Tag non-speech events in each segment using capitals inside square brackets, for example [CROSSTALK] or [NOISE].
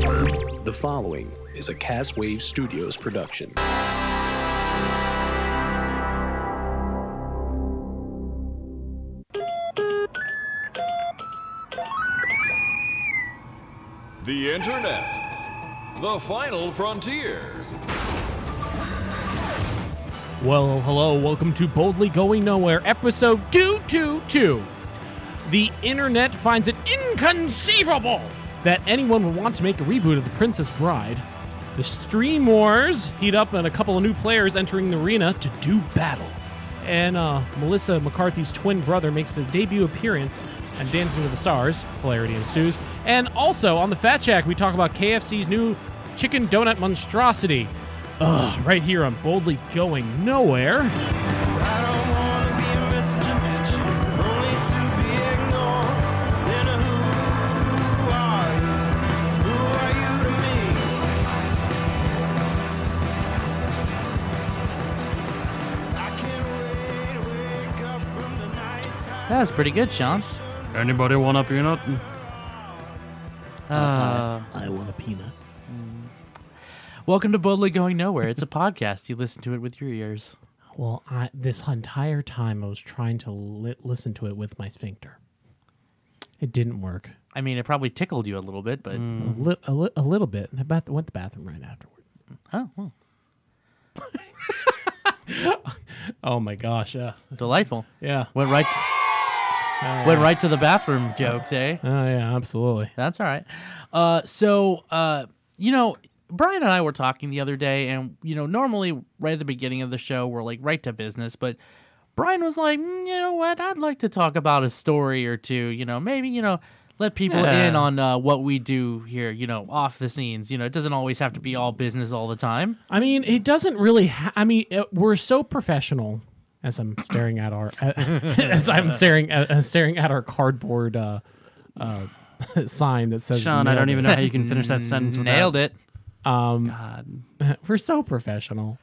The following is a Cast Wave Studios production. The Internet. The Final Frontier. Well, hello, welcome to Boldly Going Nowhere, episode 222. The internet finds it inconceivable that anyone would want to make a reboot of The Princess Bride. The stream wars heat up and a couple of new players entering the arena to do battle. And uh, Melissa McCarthy's twin brother makes his debut appearance on Dancing with the Stars, hilarity ensues. And also on the Fat Shack, we talk about KFC's new chicken donut monstrosity. Ugh, right here on Boldly Going Nowhere. I don't wanna be a messenger bitch, only to be ignored. Then who are you? Who are you to me? I can't wait to wake up from the night time. That was pretty good, Sean. Anybody want a peanut? Uh, Mm. I want a peanut. welcome to Boldly Going Nowhere. It's a [LAUGHS] podcast. You listen to it with your ears. Well, I, this entire time I was trying to li- listen to it with my sphincter. It didn't work. I mean, it probably tickled you a little bit, but A, li- a, li- a little bit. And I bath- went to the bathroom right afterward. oh, well, Oh my gosh. Yeah. delightful. Yeah. Went right, went right to the bathroom jokes, eh? Oh, yeah. Absolutely. That's all right. Uh, so, uh, you know, Brian and I were talking the other day, and, you know, normally right at the beginning of the show, we're like right to business, but Brian was like, "Mm, you know what? I'd like to talk about a story or two, you know, maybe, you know, let people Yeah. in on uh, what we do here, you know, off the scenes. You know, it doesn't always have to be all business all the time. I mean, it doesn't really. Ha- I mean, uh we're so professional. As I'm staring at our, [LAUGHS] as I'm staring, at, uh, staring at our cardboard uh, uh, [LAUGHS] sign that says, Sean, I "Nailed don't It." even know how you can finish that sentence. without- Mm, Nailed it. God. We're so professional.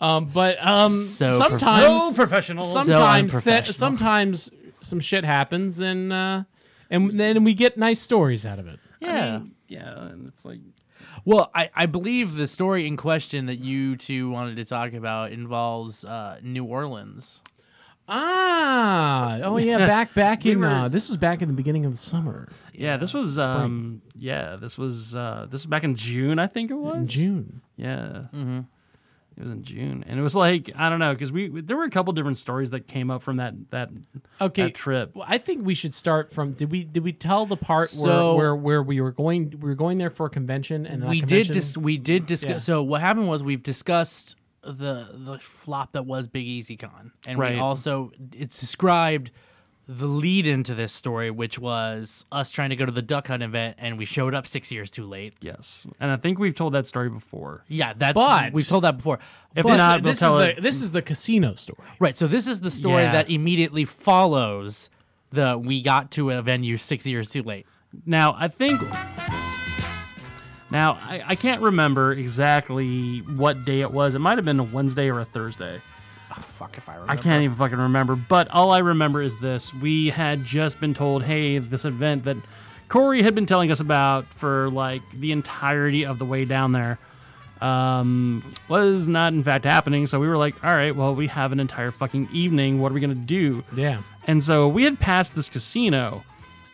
Um, but um, So sometimes So professional. Sometimes So that unprofessional. sometimes some shit happens, and uh, and then we get nice stories out of it. Yeah. yeah, and it's like Well, I, I believe the story in question that you two wanted to talk about involves uh, New Orleans. Ah, oh [LAUGHS] yeah, back back in were- uh, this was back in the beginning of the summer, yeah, this was um yeah, this was uh this was back in June, I think it was. in June. Yeah. Mm-hmm. It was in June, and it was like I don't know because we there were a couple different stories that came up from that that Okay, that trip. Well, I think we should start from. Did we did we tell the part So- where, where where we were going? We were going there for a convention, and that we did convention- dis- we did discuss. Yeah. So what happened was we've discussed the the flop that was Big Easy Con, and Right. we also it's described the lead into this story, which was us trying to go to the Duck Hunt event, and we showed up six years too late. Yes, and I think we've told that story before. Yeah, that's But- we've told that before. If But- not, we'll This is tell the it. this is the casino story. Right. So this is the story Yeah. that immediately follows the we got to a venue six years too late. Now I think. Now I, I can't remember exactly what day it was. It might have been a Wednesday or a Thursday. Oh, fuck if I remember. I can't even fucking remember. But all I remember is this: we had just been told, "Hey, this event that Corey had been telling us about for like the entirety of the way down there um, was not in fact happening." So we were like, "All right, well, we have an entire fucking evening. What are we gonna do?" Yeah, And so we had passed this casino,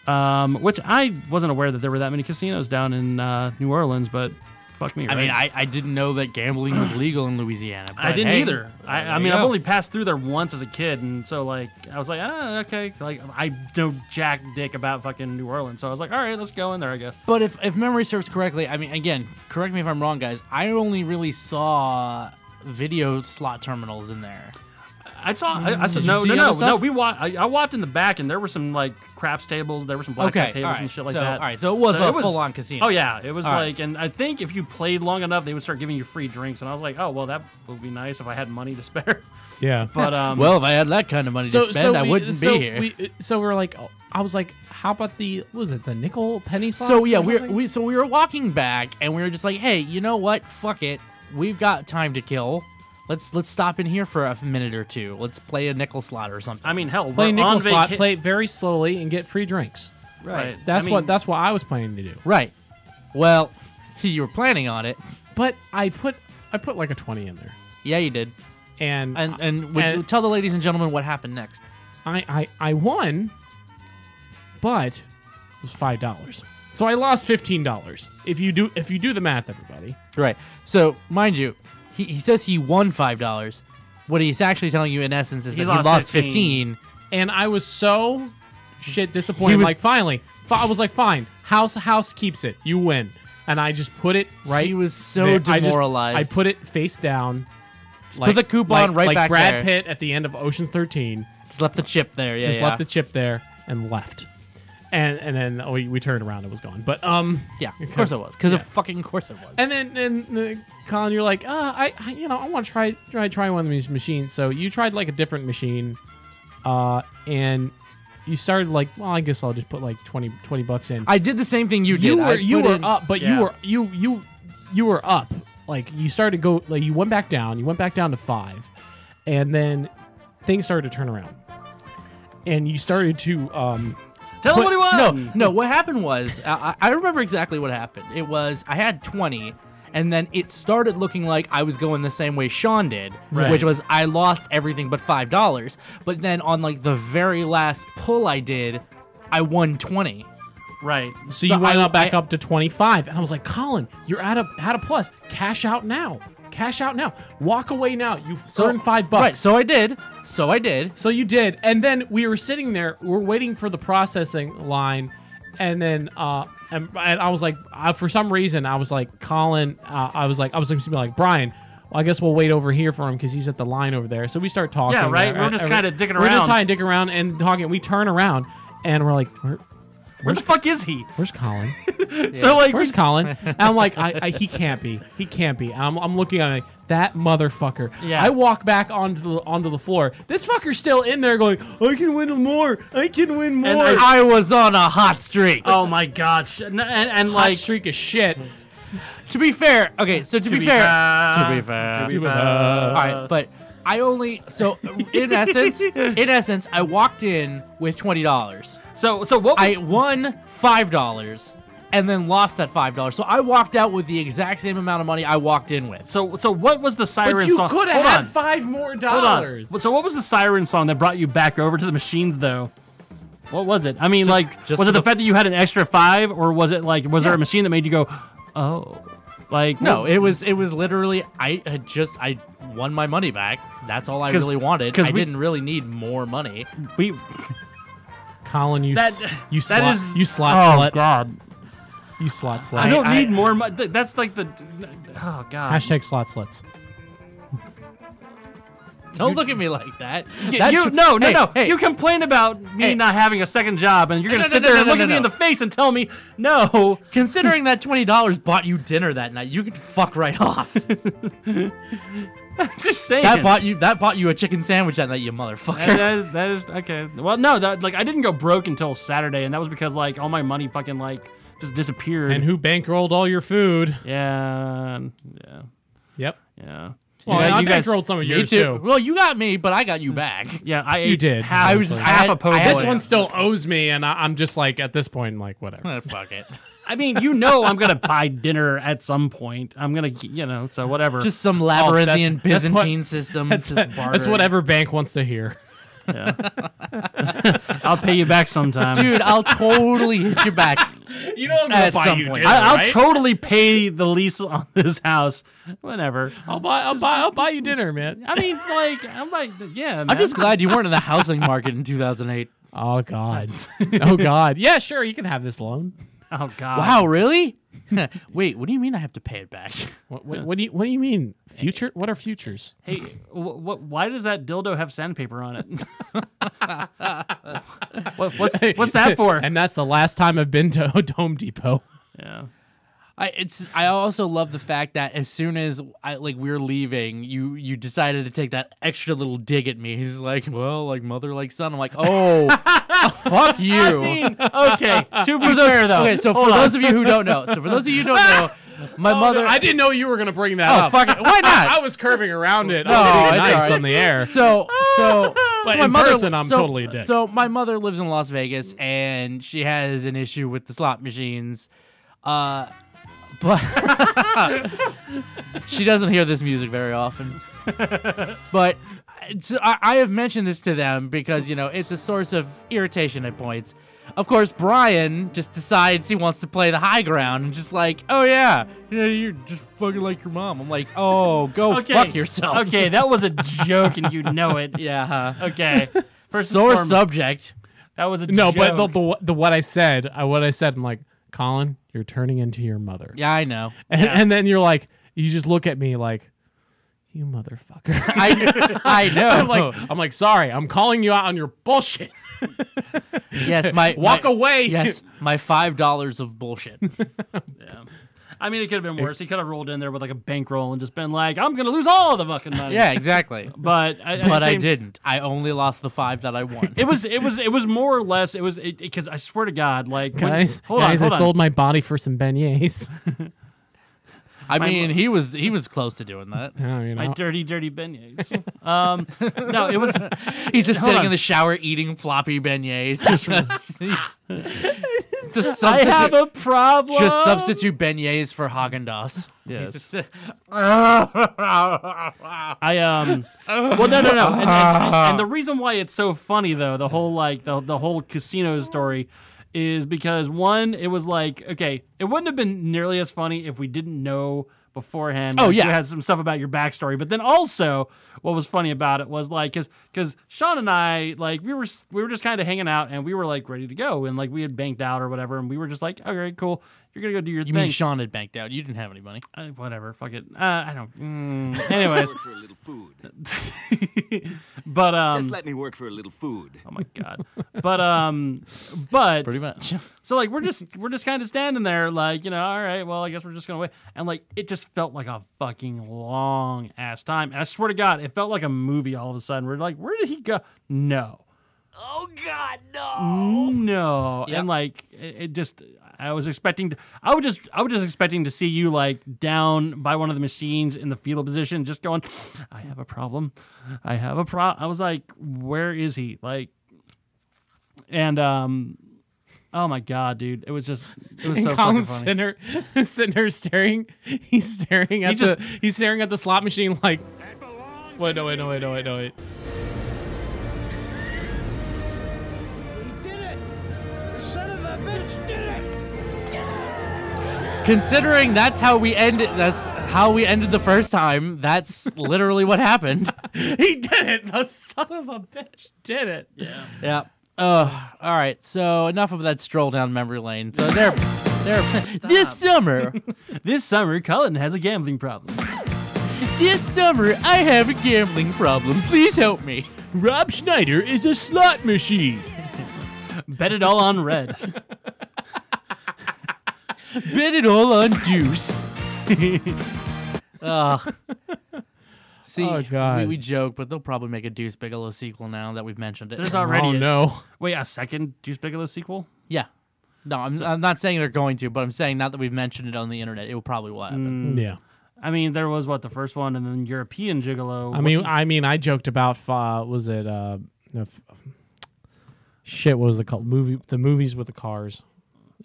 um, which I wasn't aware that there were that many casinos down in uh, New Orleans, but fuck me. I mean, right? I, I didn't know that gambling was legal in Louisiana. I but didn't hey, either. I, there I you mean, I've go. only passed through there once as a kid, and so like I was like, ah, okay, like I know jack dick about fucking New Orleans, so I was like, all right, let's go in there, I guess. But if, if memory serves correctly, I mean, again, correct me if I'm wrong, guys. I only really saw video slot terminals in there. I saw, I, I said, Did you no, see no, no, other no. stuff? We walked. I, I walked in the back, and there were some like craps tables, there were some blackjack Okay, tables alright, and shit like so- that. alright, so it was a full-on casino. Oh yeah, it was Alright. like, and I think if you played long enough, they would start giving you free drinks, and I was like, oh well, that would be nice if I had money to [LAUGHS] spare. yeah. [LAUGHS] But um, Well, if I had that kind of money to spend, I we- wouldn't so be here. We, so we're like, oh, I was like, how about the what was it the nickel penny slots? so yeah, or we something? we so we were walking back, and we were just like, hey, you know what? Fuck it, we've got time to kill. Let's let's stop in here for a minute or two. Let's play a nickel slot or something. I mean, hell, play we're nickel on slot, vaca- play it very slowly and get free drinks. right. That's I mean, what that's what I was planning to do. right. Well, [LAUGHS] you were planning on it. But I put I put like a twenty in there, Yeah, you did. and And and, would and- you tell the ladies and gentlemen what happened next. I I, I won, but it was five dollars. So I lost fifteen dollars. If you do if you do the math, everybody. Right. So, mind you, he, he says he won five dollars. What he's actually telling you, in essence, is He that lost he lost 15. fifteen. And I was so shit disappointed. He was- like finally, fi- I was like, fine, house house keeps it. You win. And I just put it right. He was so there. I just- demoralized. I, put it face down. put the coupon like- right like back Brad there. Pitt at the end of Ocean's Thirteen. Just left the chip there. Yeah. just yeah. left the chip there and left. And and then oh, we, we turned around, it was gone. But um, Yeah. Of course it was. Because of fucking course it was. and then and uh, Colin, you're like, uh, I, I you know I want to try try try one of these machines. So you tried like a different machine, uh, and you started like, well, I guess I'll just put like 20, 20 bucks in. I did the same thing you did. you I were you put were in- up, but Yeah. you were you you you were up. Like you started to go, like you went back down. You went back down to five, and then things started to turn around, and you started to um. Tell him what he won. No, no. What happened was I, I I remember exactly what happened. It was I had twenty, and then it started looking like I was going the same way Sean did, Right. which was I lost everything but five dollars. But then on like the very last pull I did, I won twenty. Right. So, So you went I- up back I- up to 25, and I was like, Colin, you're at a at a plus. Cash out now. Cash out now. Walk away now. You've earned five bucks. Right. So I did. So I did. So you did, and then we were sitting there, we are waiting for the processing line, and then uh, and, and I was like, I, for some reason, I was like, Colin, uh, I was like, I was going to be like, Brian. Well, I guess we'll wait over here for him because he's at the line over there. So we start talking. Yeah, right. and- We're just and- kinda dicking We're just around. kind of dicking around and talking. We turn around and we're like, Where, Where the fuck [LAUGHS] is he? "Where's Colin?" So like, Where's Colin? And I'm like, I, I, he can't be. He can't be. And I'm, I'm looking at him like that motherfucker. Yeah. I walk back onto the onto the floor. This fucker's still in there going, I can win more. I can win more. And Hot I there's- was on a hot streak. [LAUGHS] oh my god, sh- and, and, and like, streak of shit. To be fair, okay. So to, be, fair, fair, to be fair, uh, to be fair. All right, but I only so in [LAUGHS] essence, in essence, I walked in with twenty dollars. So so what was I won five dollars and then lost that five dollars. So I walked out with the exact same amount of money I walked in with. so so what was the siren But you song? could have Hold had on. five more Hold dollars. on. So what was the siren song that brought you back over to the machines though? What was it? I mean, like, just was for it the the- fact that you had an extra five, or was it like, was there a machine that made you go, oh, like, No, it was it was literally I had just I won my money back. That's all I 'Cause- really wanted. 'cause I we- didn't really need more money. we Colin, you that s- you that slot is- you slot oh slut. god, You slot slut. I, don't I- need more. Mo- th- that's like the, oh god, Hashtag slot sluts. Don't look at me like that. Y- That you, tr- no, no, hey, no. Hey, You complain about me Hey. not having a second job, and you're gonna No, no, sit no, there no, and no, look no, at me in no. the face and tell me [LAUGHS] no. considering that twenty dollars bought you dinner that night, you could fuck right off. Just [LAUGHS] saying. That bought you. That bought you a chicken sandwich that night, you That- motherfucker. that is that is okay. Well, no, that like I didn't go broke until Saturday, and that was because like all my money fucking like just disappeared. And who bankrolled all your food? Yeah, yeah, Yep. yeah. Well, you, I you guys- bankrolled some of Me yours too. [LAUGHS] Well, you got me, but I got you back. Yeah, I ate You did. Half, I I was- was I half had- a poke. I had This Oh, yeah. one still owes me, and I, I'm just like at this point, like whatever. Eh, [LAUGHS] Fuck it. I mean, you know, I'm gonna buy dinner at some point. I'm gonna, you know, so whatever. Just some labyrinthian Oh, that's what- Byzantine system. That's, just that's bartering. whatever bank wants to hear. I'll pay you back sometime, Dude, I'll totally hit you back. [LAUGHS] You know I'm gonna At buy some you point. dinner, I, I'll right? totally pay the lease on this house whenever. I'll buy, I'll buy, I'll buy you dinner, man. I mean, like, I'm like, yeah. I'm man. just glad you weren't in the housing market in 2008. Oh [LAUGHS] God, oh God. Yeah, sure, you can have this loan. Oh God. Wow, really? [LAUGHS] Wait, what do you mean I have to pay it back? What, what, what do you, what do you mean future? What are futures? Hey, wh- wh- why does that dildo have sandpaper on it? [LAUGHS] what, what's what's that for? [LAUGHS] [LAUGHS] And that's the last time I've been to [LAUGHS] Home Depot. yeah. I it's I also love the fact that as soon as I like we were leaving, you you decided to take that extra little dig at me. He's like, well, like mother, like son. I'm like, [LAUGHS] oh, fuck you. Okay. To be for those, fair, though. Okay, so for Hold on. Oh, those of you who don't know, so for those of you who don't [LAUGHS] know, my mother. I didn't know you were gonna bring that Oh up. [LAUGHS] fuck it! Why I [LAUGHS] not? was curving around [LAUGHS] it. No, I'm being it's nice all right. on the air. So so. [LAUGHS] But so my in mother, person, I'm so- totally a dick. So my mother lives in Las Vegas, and she has an issue with the slot machines. Uh, but [LAUGHS] she doesn't hear this music [LAUGHS] very often. but it's- I, I have mentioned this to them because you know it's a source of irritation at points. Of course, Brian just decides he wants to play the high ground and just like, oh yeah, you know, you're just fucking like your mom. I'm like, oh, [LAUGHS] go fuck yourself. Okay, that was a joke, and you know [LAUGHS] it. Yeah. huh. Okay. First and Sore foremost, subject. That was a [LAUGHS] No, but joke. the, the the what I said, I what I said, I'm like, Colin, you're turning into your mother. Yeah, I know. And, and then you're like, you just look at me like, you motherfucker. [LAUGHS] I, I know. I'm like, I'm like, sorry, I'm calling you out on your bullshit. yes, my Walk my- away. Yes, [LAUGHS] my five dollars of bullshit. I mean, it could have been worse. He could have rolled in there with like a bankroll and just been like, "I'm gonna lose all of the fucking money." yeah, exactly. but I, at the But I same- didn't. I only lost the five that I [LAUGHS] won. It was it was it was more or less it was because I swear to God, like when- Guys, hold guys, on, hold I on. sold my body for some beignets. I mean, he was he was close to doing that. [LAUGHS] Oh, you my know. dirty, dirty beignets. um, no, it was He's just Hold sitting on. in the shower eating floppy beignets [LAUGHS] because he's- just I substitute, have a problem. just substitute beignets for Haagen Dazs. Yes. I um. Well, no, no, no. And, and- and- and the reason why it's so funny though, the whole like the the whole casino story, is because one, it was like okay, it wouldn't have been nearly as funny if we didn't know beforehand. Oh, like, yeah. you had some stuff about your backstory, but then also what was funny about it was like because because Sean and I like we were s- we were just kind of hanging out and we were like ready to go and like we had banked out or whatever and we were just like okay cool you're gonna go do your You thing mean Sean had banked out? You didn't have any money. uh, whatever. Fuck it. Uh, I don't. Mm. [LAUGHS] Anyways. [LAUGHS] but um. Just let me work for a little food. oh my god. But um. [LAUGHS] But Pretty much. so like we're just we're just kind of standing there like you know all right well I guess we're just gonna wait and like it just felt like a fucking long ass time and I swear to God it felt like a movie all of a sudden we're like where did he go no oh God no no Yeah. and like it, it just I was expecting to, I was just I was just expecting to see you like down by one of the machines in the fetal position just going I have a problem I have a problem I was like where is he like and um oh my god dude it was just it was And so fucking Colin's funny sitting there, [LAUGHS] sitting there staring. He's staring at just- the he's staring at the slot machine like. Wait, no, wait, no, wait, no, wait, no, wait. [LAUGHS] Did it! The son of a bitch did it! Considering that's how we ended. That's how we ended the first time. [LAUGHS] That's literally what happened. He did it. The son of a bitch did it. Yeah. Uh, all right. So enough of that stroll down memory lane. So there, [LAUGHS] there. This summer, this summer cullen has a gambling problem this summer, I have a gambling problem. Please help me. Rob Schneider is a slot machine. bet it all on red Bet it all on [LAUGHS] Deuce. Ugh. See, Oh, God. We, we joke, but they'll probably make a Deuce Bigelow sequel now that we've mentioned it. there's [LAUGHS] already Oh a- no. wait a second deuce bigelow sequel yeah. No, I'm, I'm not saying they're going to, but I'm saying now that we've mentioned it on the internet, it will probably will happen. Yeah. i mean there was what the first one and then european gigolo I mean, I mean, I joked about uh, was it uh, no, f- shit? What was it called? Movie, the movies with the cars,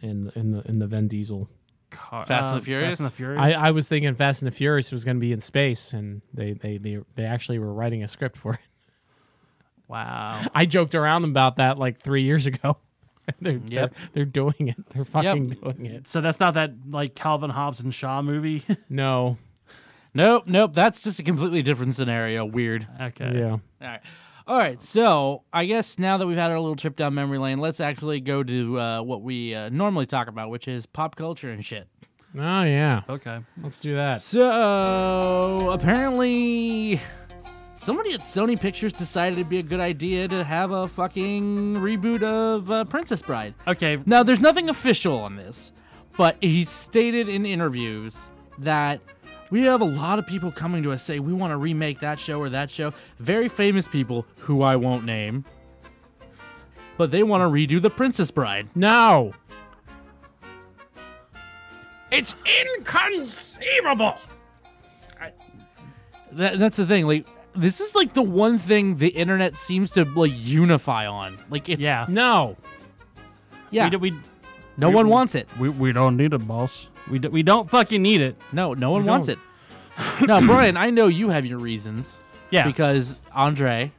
and in the in the Vin Diesel. Car- Fast and the Furious? Mm. Uh, Um, fast and the furious I, I was thinking Fast and the Furious was going to be in space, and they they, they they actually were writing a script for it. [LAUGHS] wow I joked around about that like three years ago. [LAUGHS] they're, Yep. they're they're doing it. They're fucking doing it. so that's not that like calvin hobbs and shaw movie [LAUGHS] No. Nope, nope. That's just a completely different scenario. Weird. okay Yeah. All right. All right. So I guess now that we've had our little trip down memory lane, let's actually go to uh, what we uh, normally talk about, which is pop culture and shit. Oh yeah. okay Let's do that. So apparently, somebody at Sony Pictures decided it'd be a good idea to have a fucking reboot of uh, Princess Bride. okay Now, there's nothing official on this, but he stated in interviews that we have a lot of people coming to us say we want to remake that show or that show. Very famous people who I won't name, but they want to redo The Princess Bride. No. It's inconceivable. That, that's the thing. Like, this is like the one thing the internet seems to like unify on. Like, it's Yeah. No. yeah. we, did- we No one wants it. We, we don't need it, boss. We, do, we don't fucking need it. No, no one wants don't. it. now, Brian, I know you have your reasons. Yeah. Because Andre,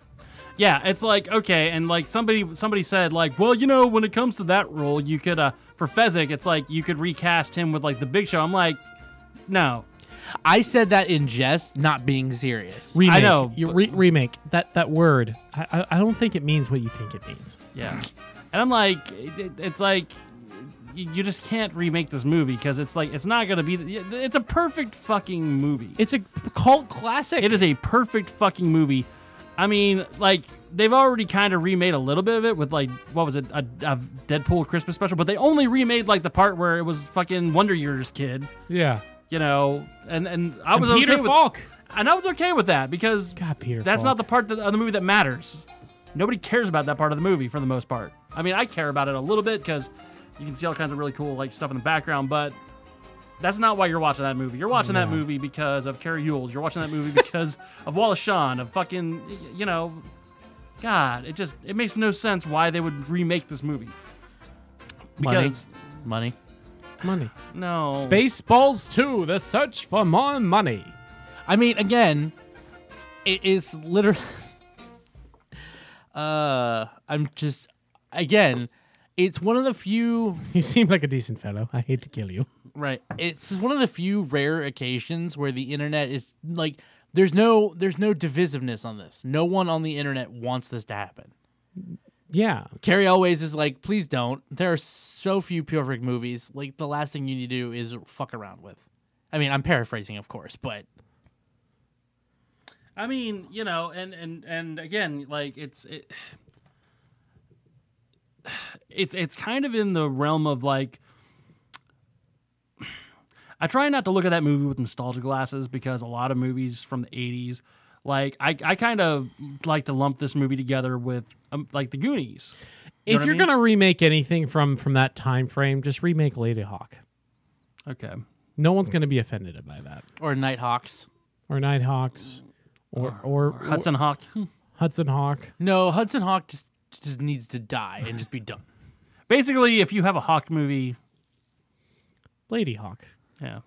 Yeah, it's like okay, and like somebody somebody said like, well, you know, when it comes to that role, you could uh for Fezzik, it's like you could recast him with like the Big Show. I'm like, no, I said that in jest, not being serious. Remake. I know, You but- re- remake that that word. I, I I don't think it means what you think it means. yeah, [LAUGHS] and I'm like, it, it- it's like you you just can't remake this movie because it's like it's not gonna be. It's a perfect fucking movie. It's a cult classic. It is a perfect fucking movie. I mean, like they've already kind of remade a little bit of it with like what was it a, a Deadpool Christmas special, but they only remade like the part where it was fucking Wonder Years kid, Yeah. you know, and and I was Peter okay with Falk. and I was okay with that because God, Peter that's Falk. not the part that, of the movie that matters. Nobody cares about that part of the movie for the most part. I mean, I care about it a little bit because you can see all kinds of really cool like stuff in the background, but that's not why you're watching that movie. You're watching that movie because of Carrie Ewells. You're watching that movie [LAUGHS] because of Wallace Shawn. Of fucking, y- you know, God, it just it makes no sense why they would remake this movie. Money. Because Money. money. no Spaceballs 2: The Search for More Money. I mean, again, it is literally. [LAUGHS] uh, I'm just again, it's one of the few You seem like a decent fellow. I hate to kill you. right. It's one of the few rare occasions where the internet is like, there's no there's no divisiveness on this. No one on the internet wants this to happen. Yeah. Carrie always is like, please don't. There are so few perfect movies. Like the last thing you need to do is fuck around with. I mean, I'm paraphrasing, of course, but I mean, you know, and and and again, like it's it, [SIGHS] it's it's kind of in the realm of like [SIGHS] I try not to look at that movie with nostalgia glasses because a lot of movies from the 80s like I, I kind of like to lump this movie together with um, like the Goonies. You if know what I you're mean? gonna remake anything from from that time frame, just remake Lady Hawk. okay, No one's gonna be offended by that. or Nighthawks. Or Nighthawks. Or or, or Hudson Hawk. [LAUGHS] Hudson Hawk. No, Hudson Hawk just just needs to die and just be done. Basically, if you have a Hawk movie, Lady Hawk. yeah.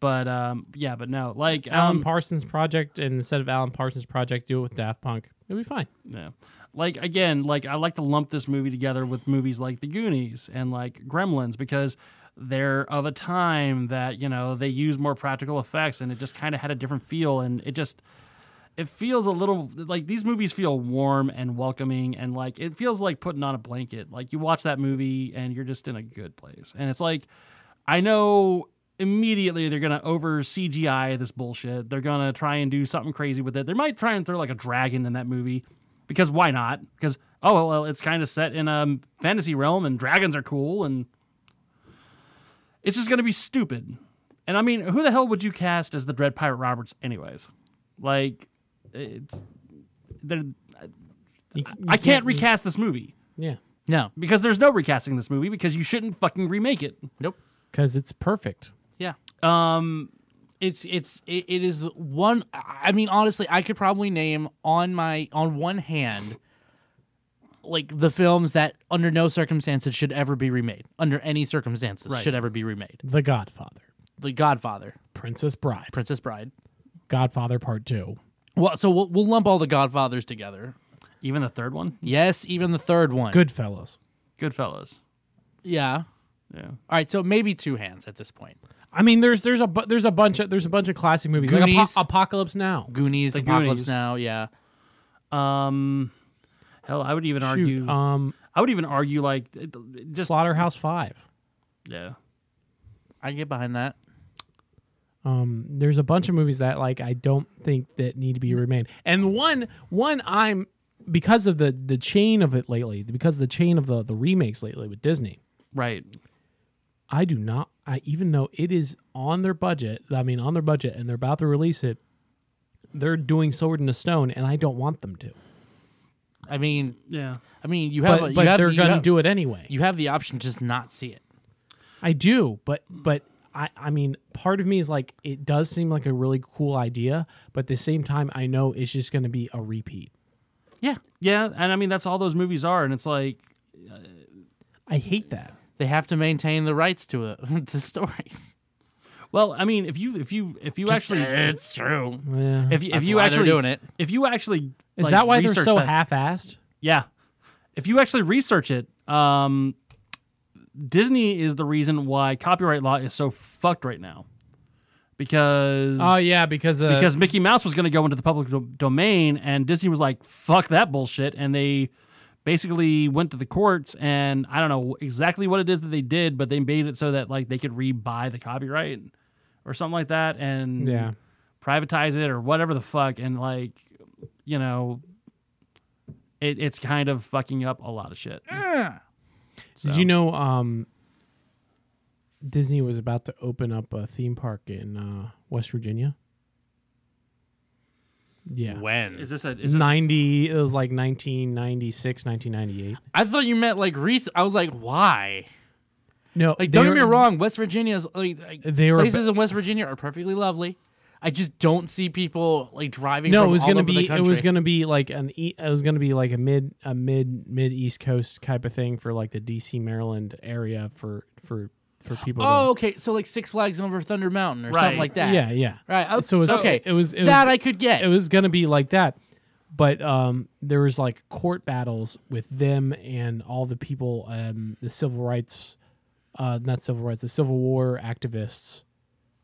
But um, yeah, but no, like Alan um, Parsons Project, and instead of Alan Parsons Project, do it with Daft Punk. It'll be fine. Yeah. Like again, like I like to lump this movie together with movies like The Goonies and like Gremlins because they're of a time that, you know, they use more practical effects and it just kind of had a different feel and it just it feels a little like these movies feel warm and welcoming and like it feels like putting on a blanket. Like you watch that movie and you're just in a good place. And it's like I know immediately they're gonna over CGI this bullshit. They're gonna try and do something crazy with it. They might try and throw like a dragon in that movie because why not? Because oh well, it's kind of set in a fantasy realm and dragons are cool and it's just gonna be stupid. And I mean, who the hell would you cast as the Dread Pirate Roberts, anyways? Like, it's they're, You c- you I can't recast this movie Yeah, [LAUGHS] No. because there's no recasting this movie because you shouldn't fucking remake it. Nope. because it's perfect. Yeah. Um it's it's it, it is the one I I mean honestly, I could probably name on my on one hand like the films that under no circumstances should ever be remade. Under any circumstances should ever be remade. The Godfather, The Godfather, Princess Bride, Princess Bride. Godfather Part Two. Well, so we'll, we'll lump all the Godfathers together. Even the third one, Yes, even the third one. Goodfellas. Goodfellas. Yeah. Yeah. All right, so maybe two hands at this point. I mean, there's there's a bu- there's a bunch of there's a bunch of classic movies like Goonies. Apo- Apocalypse Now. Goonies, The Apocalypse Goonies. Now, yeah. Um, hell, I would even argue. Shoot, um, I would even argue like it- it just Slaughterhouse Five. yeah. I can get behind that. Um, there's a bunch of movies that like I don't think that need to be remade. And one one I'm because of the the chain of it lately, because of the chain of the the remakes lately with Disney. Right. I do not. I even though it is on their budget. I mean, on their budget, and they're about to release it. They're doing Sword in the Stone, and I don't want them to. I mean, Yeah. I mean, you have, But, a, you but have they're you going to have- do it anyway. You have the option to just not see it. I do, but but I I mean, part of me is like, it does seem like a really cool idea, but at the same time, I know it's just going to be a repeat. Yeah, Yeah, and I mean that's all those movies are, and it's like I hate that. they have to maintain the rights to it, [LAUGHS] the stories. Well, I mean, if you if you if you actually it's true. Yeah. if you, if That's you why they're actually doing it. if you actually Is like, that why they're research so that- half-assed? Yeah. If you actually research it, um, Disney is the reason why copyright law is so fucked right now. Because Oh yeah, because uh, because Mickey Mouse was going to go into the public do- domain and Disney was like fuck that bullshit and they basically went to the courts and I don't know exactly what it is that they did but they made it so that like they could rebuy the copyright or something like that and yeah, privatize it or whatever the fuck and like you know it, it's kind of fucking up a lot of shit Did you know um, Disney was about to open up a theme park in uh, West Virginia? Yeah. When? is this a is this 90 it was like 1996 1998 I thought you meant like recent. I was like, why? no Like, they don't get me were- wrong. West Virginia is like, like, They were places ba- in West Virginia are perfectly lovely. I just don't see people like driving. no from it was all gonna over the be it was country. gonna be like an e- it was gonna be like a mid a mid mid east coast type of thing for like the dc maryland area for for for people to- Oh, okay. So like Six Flags over Thunder Mountain or something Right. like that. yeah yeah Right. I- so it was, okay. it was it was that I could get. it was gonna be like that but um there was like court battles with them and all the people um the civil rights uh not civil rights the civil war activists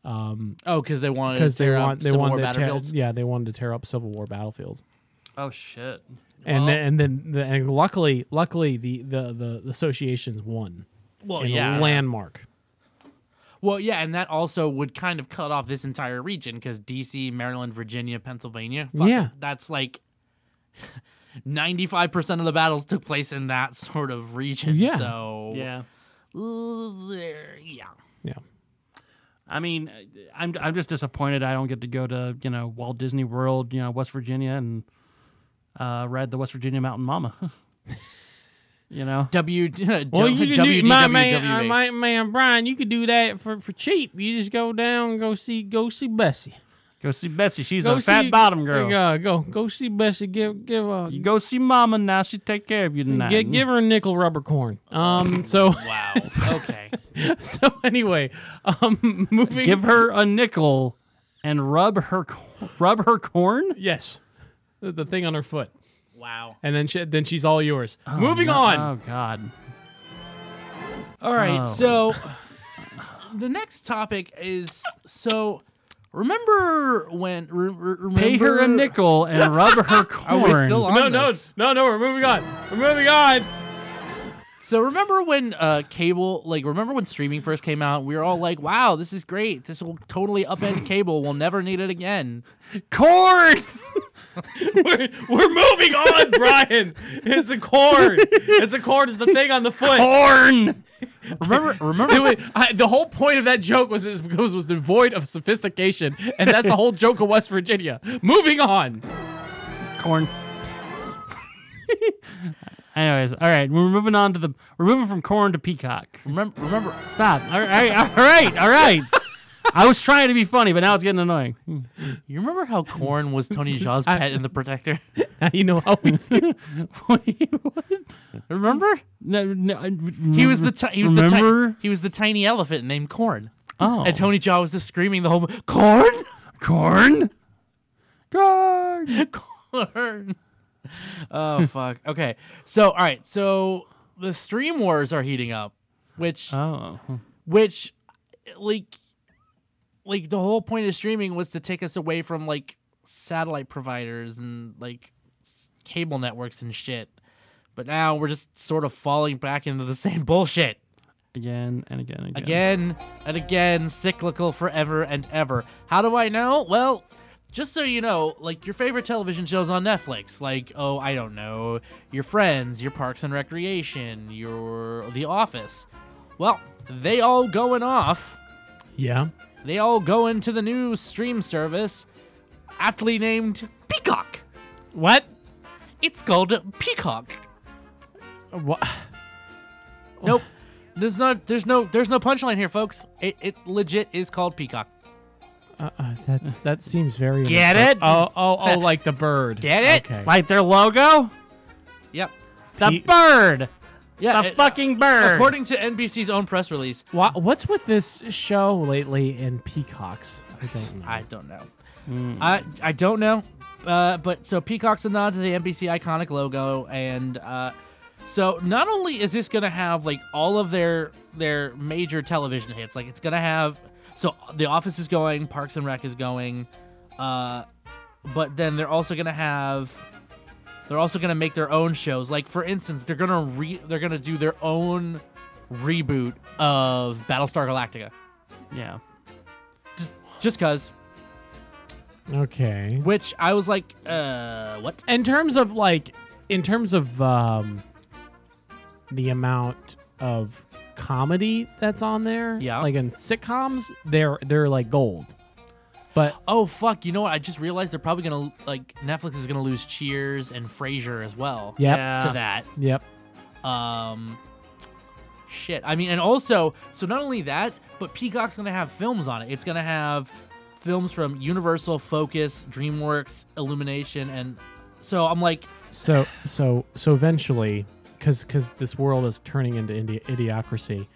oh, because they wanted because because they want they want war to tear, battlefields. yeah they wanted to tear up Civil War battlefields oh shit and then, and then the, and luckily luckily the the the, the associations won well, in yeah. a landmark Well, yeah, and that also would kind of cut off this entire region because DC, Maryland, Virginia, Pennsylvania. fuck, Yeah. that's like [LAUGHS] ninety-five percent of the battles took place in that sort of region. Yeah. So yeah uh, there- yeah. yeah I mean uh, I'm I'm just disappointed I don't get to go to you know Walt Disney World you know West Virginia and uh, ride the West Virginia Mountain Mama [LAUGHS] you know [LAUGHS] W. well w- you can do my man WDWV. uh, my man Brian you could do that for for cheap you just go down go see go see Bessie go see Bessie she's go a see, fat bottom girl uh, go go see Bessie give give uh, you go see Mama now she take care of you tonight give, give her a nickel rubber corn Oh, um so [LAUGHS] Wow. Okay. so anyway um [LAUGHS] moving give her a nickel and rub her co- rub her corn. yes the, the thing on her foot. wow. and then she, then she's all yours. Moving on. Oh God. All right. Oh. So [LAUGHS] the next topic is so. Remember when? Re- re- remember, Pay her a nickel and [LAUGHS] rub her corn. Are we still on no, no, this? no, no. We're moving on. We're moving on. [LAUGHS] So remember when uh, cable, like remember when streaming first came out? We were all like, "Wow, this is great! This will [LAUGHS] totally upend cable. We'll never need it again." corn. We're, we're moving [LAUGHS] on, Brian. It's a cord. It's a cord. It's the thing on the foot. [LAUGHS] Corn. Remember, remember, It was- I- the whole point of that joke was is because it was devoid of sophistication, and that's the whole joke of West Virginia. Moving on. Corn. [LAUGHS] Anyways, all right. We're moving on to the. We're moving from corn to peacock. remember, remember. Stop. All right. All right. [LAUGHS] All right. I was trying to be funny, but now it's getting annoying. [LAUGHS] You remember how corn [LAUGHS] was Tony Jaa's pet in The Protector? Now you know how we feel. [LAUGHS] Remember, no, no, he was the ti- he was the Remember? ti- he was the tiny elephant named Corn, oh. and Tony Jaa was just screaming the whole corn, [LAUGHS] corn. Corn. corn. Oh fuck. Okay. So all right. So the stream wars are heating up, which. Oh. which like like the whole point of streaming was to take us away from like satellite providers and like s- cable networks and shit but now we're just sort of falling back into the [LAUGHS] same bullshit Again and again and again. again and again cyclical forever and ever how do i know well just so you know like your favorite television shows on netflix like oh i don't know your friends your parks and recreation your the office well they all going off Yeah. they all go into the new stream service aptly named peacock What? it's called peacock [LAUGHS] What? nope there's not there's no there's no punchline here folks it, it legit is called peacock Uh, uh, that's that seems very. Get inappropri- it? Oh, oh, oh! Like the bird. Get it? Okay. Like their logo? yep The Pe- bird. Yeah, the it- fucking bird. Uh, According to NBC's own press release, Wha- What's with this show lately and peacocks? I don't know. I don't know. I I don't know. Uh, but so Peacock's a nod to the NBC iconic logo, and uh, so not only is this gonna have like all of their their major television hits, like it's gonna have so The Office is going, Parks and Rec is going, uh, but then they're also gonna have they're also gonna make their own shows. Like for instance, they're gonna re they're gonna do their own reboot of Battlestar Galactica, yeah. just cause. Okay. Which I was like, uh, what? In terms of like, in terms of um, the amount of comedy that's on there, Yeah. like in sitcoms, they're they're like gold. But Oh fuck! You know what? I just realized they're probably gonna like Netflix is gonna lose Cheers and Frasier as well yep, Yeah. to that. yep, Um, shit. I mean, and also, so not only that, but Peacock's gonna have films on it. It's gonna have films from Universal, Focus, DreamWorks, Illumination, and so I'm like, So so so eventually, because because this world is turning into idi- idiocracy,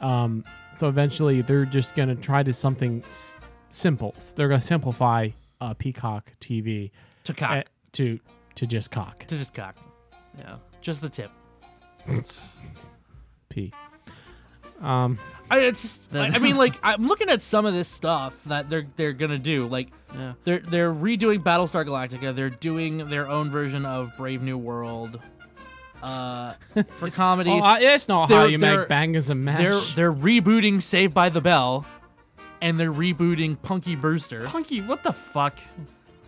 um, so eventually they're just gonna try to something s- simple. They're gonna simplify uh, Peacock TV to cock, eh, to to just cock to just cock, Yeah. just the tip. P. I it's just, I, I mean, like I'm looking at some of this stuff that they're they're gonna do. Like, Yeah. they're they're redoing Battlestar Galactica. They're doing their own version of Brave New World. [LAUGHS] Uh, for comedies, Oh, uh, it's not how how they're- you you make they're- make bangers and mash. they're they're rebooting Saved by the Bell, and they're rebooting Punky Brewster. Punky, what the fuck?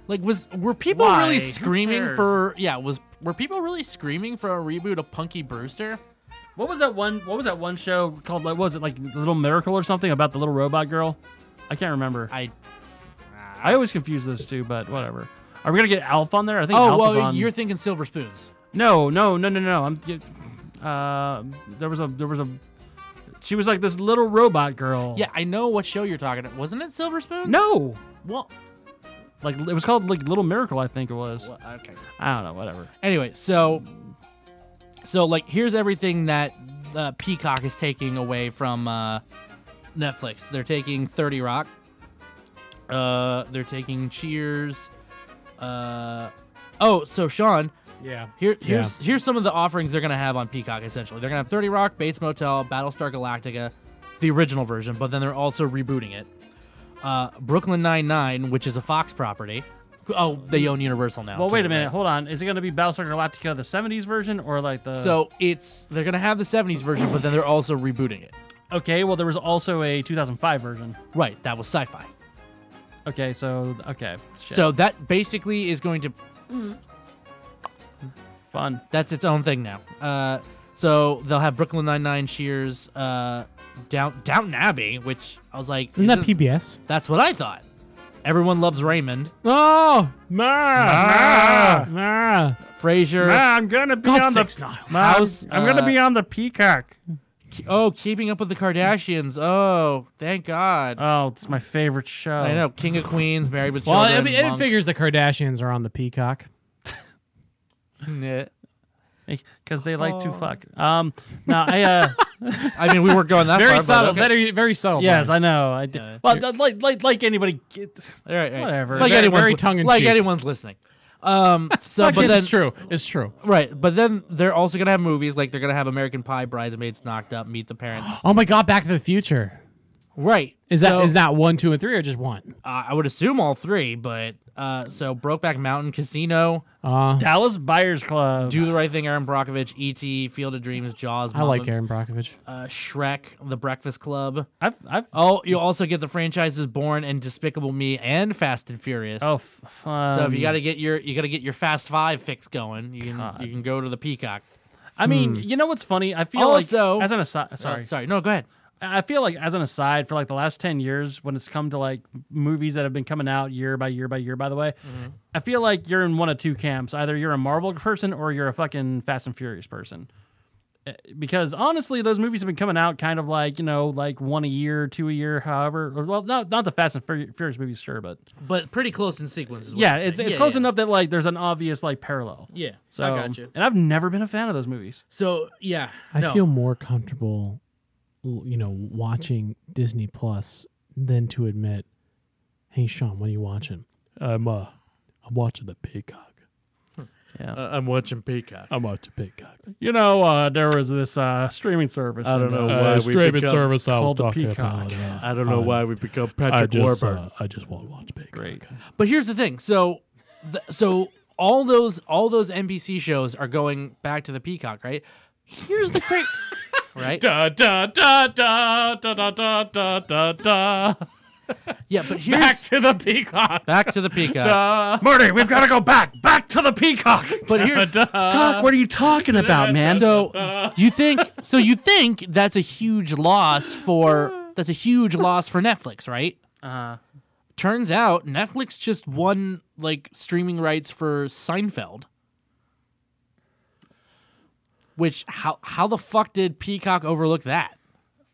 Like, was were people Why? really Who screaming cares? for? Yeah, was were people really screaming for a reboot of Punky Brewster? What was that one? What was that one show called? Like, what was it like Little Miracle or something about the little robot girl? I can't remember. I I always confuse those two, but whatever. Are we gonna get Alf on there? I think. oh Alf is well, on- you're thinking Silver Spoons. No, no, no, no, no. I'm. Uh, there was a there was a. She was like this little robot girl. Yeah, I know what show you're talking about. Wasn't it Silver Spoons? No. Well, Like it was called like Little Miracle, I think it was. well okay. I don't know. Whatever. Anyway, so so like here's everything that uh, Peacock is taking away from uh, Netflix. They're taking Thirty Rock. Uh, they're taking Cheers. Uh, oh, so Sean, yeah. here here's here's some of the offerings they're gonna have on Peacock. Essentially, they're gonna have Thirty Rock, Bates Motel, Battlestar Galactica, the original version, but then they're also rebooting it. Uh, Brooklyn Nine Nine, which is a Fox property. Oh, they own Universal now. Well, too, wait a right? minute. Hold on. Is it gonna be Battlestar Galactica the '70s version or like the? So it's they're gonna have the '70s version, but then they're also rebooting it. okay. Well, there was also a 2005 version. Right, that was sci-fi. Okay. So okay. Shit. So that basically is going to fun. that's its own thing now. Uh, so they'll have Brooklyn Nine Nine, Cheers, uh, Down Downton Abbey, which I was like, Isn't that isn't- PBS? that's what I thought. Everyone loves Raymond, Oh, nah, nah, nah. Frasier. Ah. Ah, I'm gonna be God, six Niles. House, uh, on the Peacock. Oh, Keeping Up with the Kardashians. Oh, thank God. Oh, it's my favorite show. I know King of Queens, Married with Oh. Well, I Children. mean, it Monk. figures the Kardashians are on the Peacock. Yeah. because they like to fuck. Um, no, [LAUGHS] I uh, Oh, I mean, we weren't going that far. Very but subtle. okay. Very very subtle. yes, Brian. I know. I did. Yeah. Well, like like like anybody. Gets, All right, all right. Whatever. Like Very- anyone's very li- tongue-in-cheek. Like anyone's listening. Um. So, but then it's true. It's true. right, but then they're also gonna have movies like they're gonna have American Pie, Bridesmaids, Knocked Up, Meet [GASPS] the Parents. Oh my God! Back to the Future. right. Is that is so, that one, two, and three, or just one? Uh, I would assume all three, but uh, so Brokeback Mountain, Casino, Dallas Buyers Club. Do the Right Thing, Aaron Brockovich, E.T., Field of Dreams, Jaws. I Mama- like Aaron Brockovich. Uh, Shrek, The Breakfast Club. I've I've oh, Oh, you also get the franchises Born and Despicable Me and Fast and Furious. Oh, f- uh, fun. Oh, So if um, you gotta get your you gotta get your Fast Five fix going, you can God. you can go to the Peacock. I mean, you know what's funny? I feel hmm. Also- like as an aside. Oh, Sorry, sorry. No, go ahead. I feel like as an aside for like the last 10 years when it's come to like movies that have been coming out year by year by year by the way Mm-hmm. I feel like you're in one of two camps either you're a Marvel person or you're a fucking Fast and Furious person because honestly, those movies have been coming out kind of like you know, like one a year, two a year, however. Or, well, not not the Fast and Fur- Furious movies, sure, but but pretty close in sequence. Is what yeah, you're it's saying. it's Yeah, close yeah. enough that like there's an obvious like parallel. Yeah, So, I got you. And I've never been a fan of those movies. So yeah, I no. feel more comfortable, l- you know, watching Disney Plus than to admit, "Hey, Sean, what are you watching?" I'm uh, I'm watching the Peacock. Uh, I'm watching Peacock. I'm watching Peacock. You know, uh, there was this uh, streaming service. I don't know. Uh, we streaming become- service I was called the talking Peacock. about. uh, I don't know um, why we become I Patrick just, Warburton. uh, I just want to watch Peacock. Great. But here's the thing. So, th- so all those all those NBC shows are going back to the Peacock, right? Here's the cra right? Da da da da da da da da da da. Yeah, but here's Back to the peacock. back to the Peacock. Marty, we've got to go back, back to the peacock. But here's Doc, what are you talking about, man? [LAUGHS] so you think so you think that's a huge loss for that's a huge loss for Netflix, right? Uh Uh-huh. Turns out Netflix just won like streaming rights for Seinfeld. Which how how the fuck did Peacock overlook that?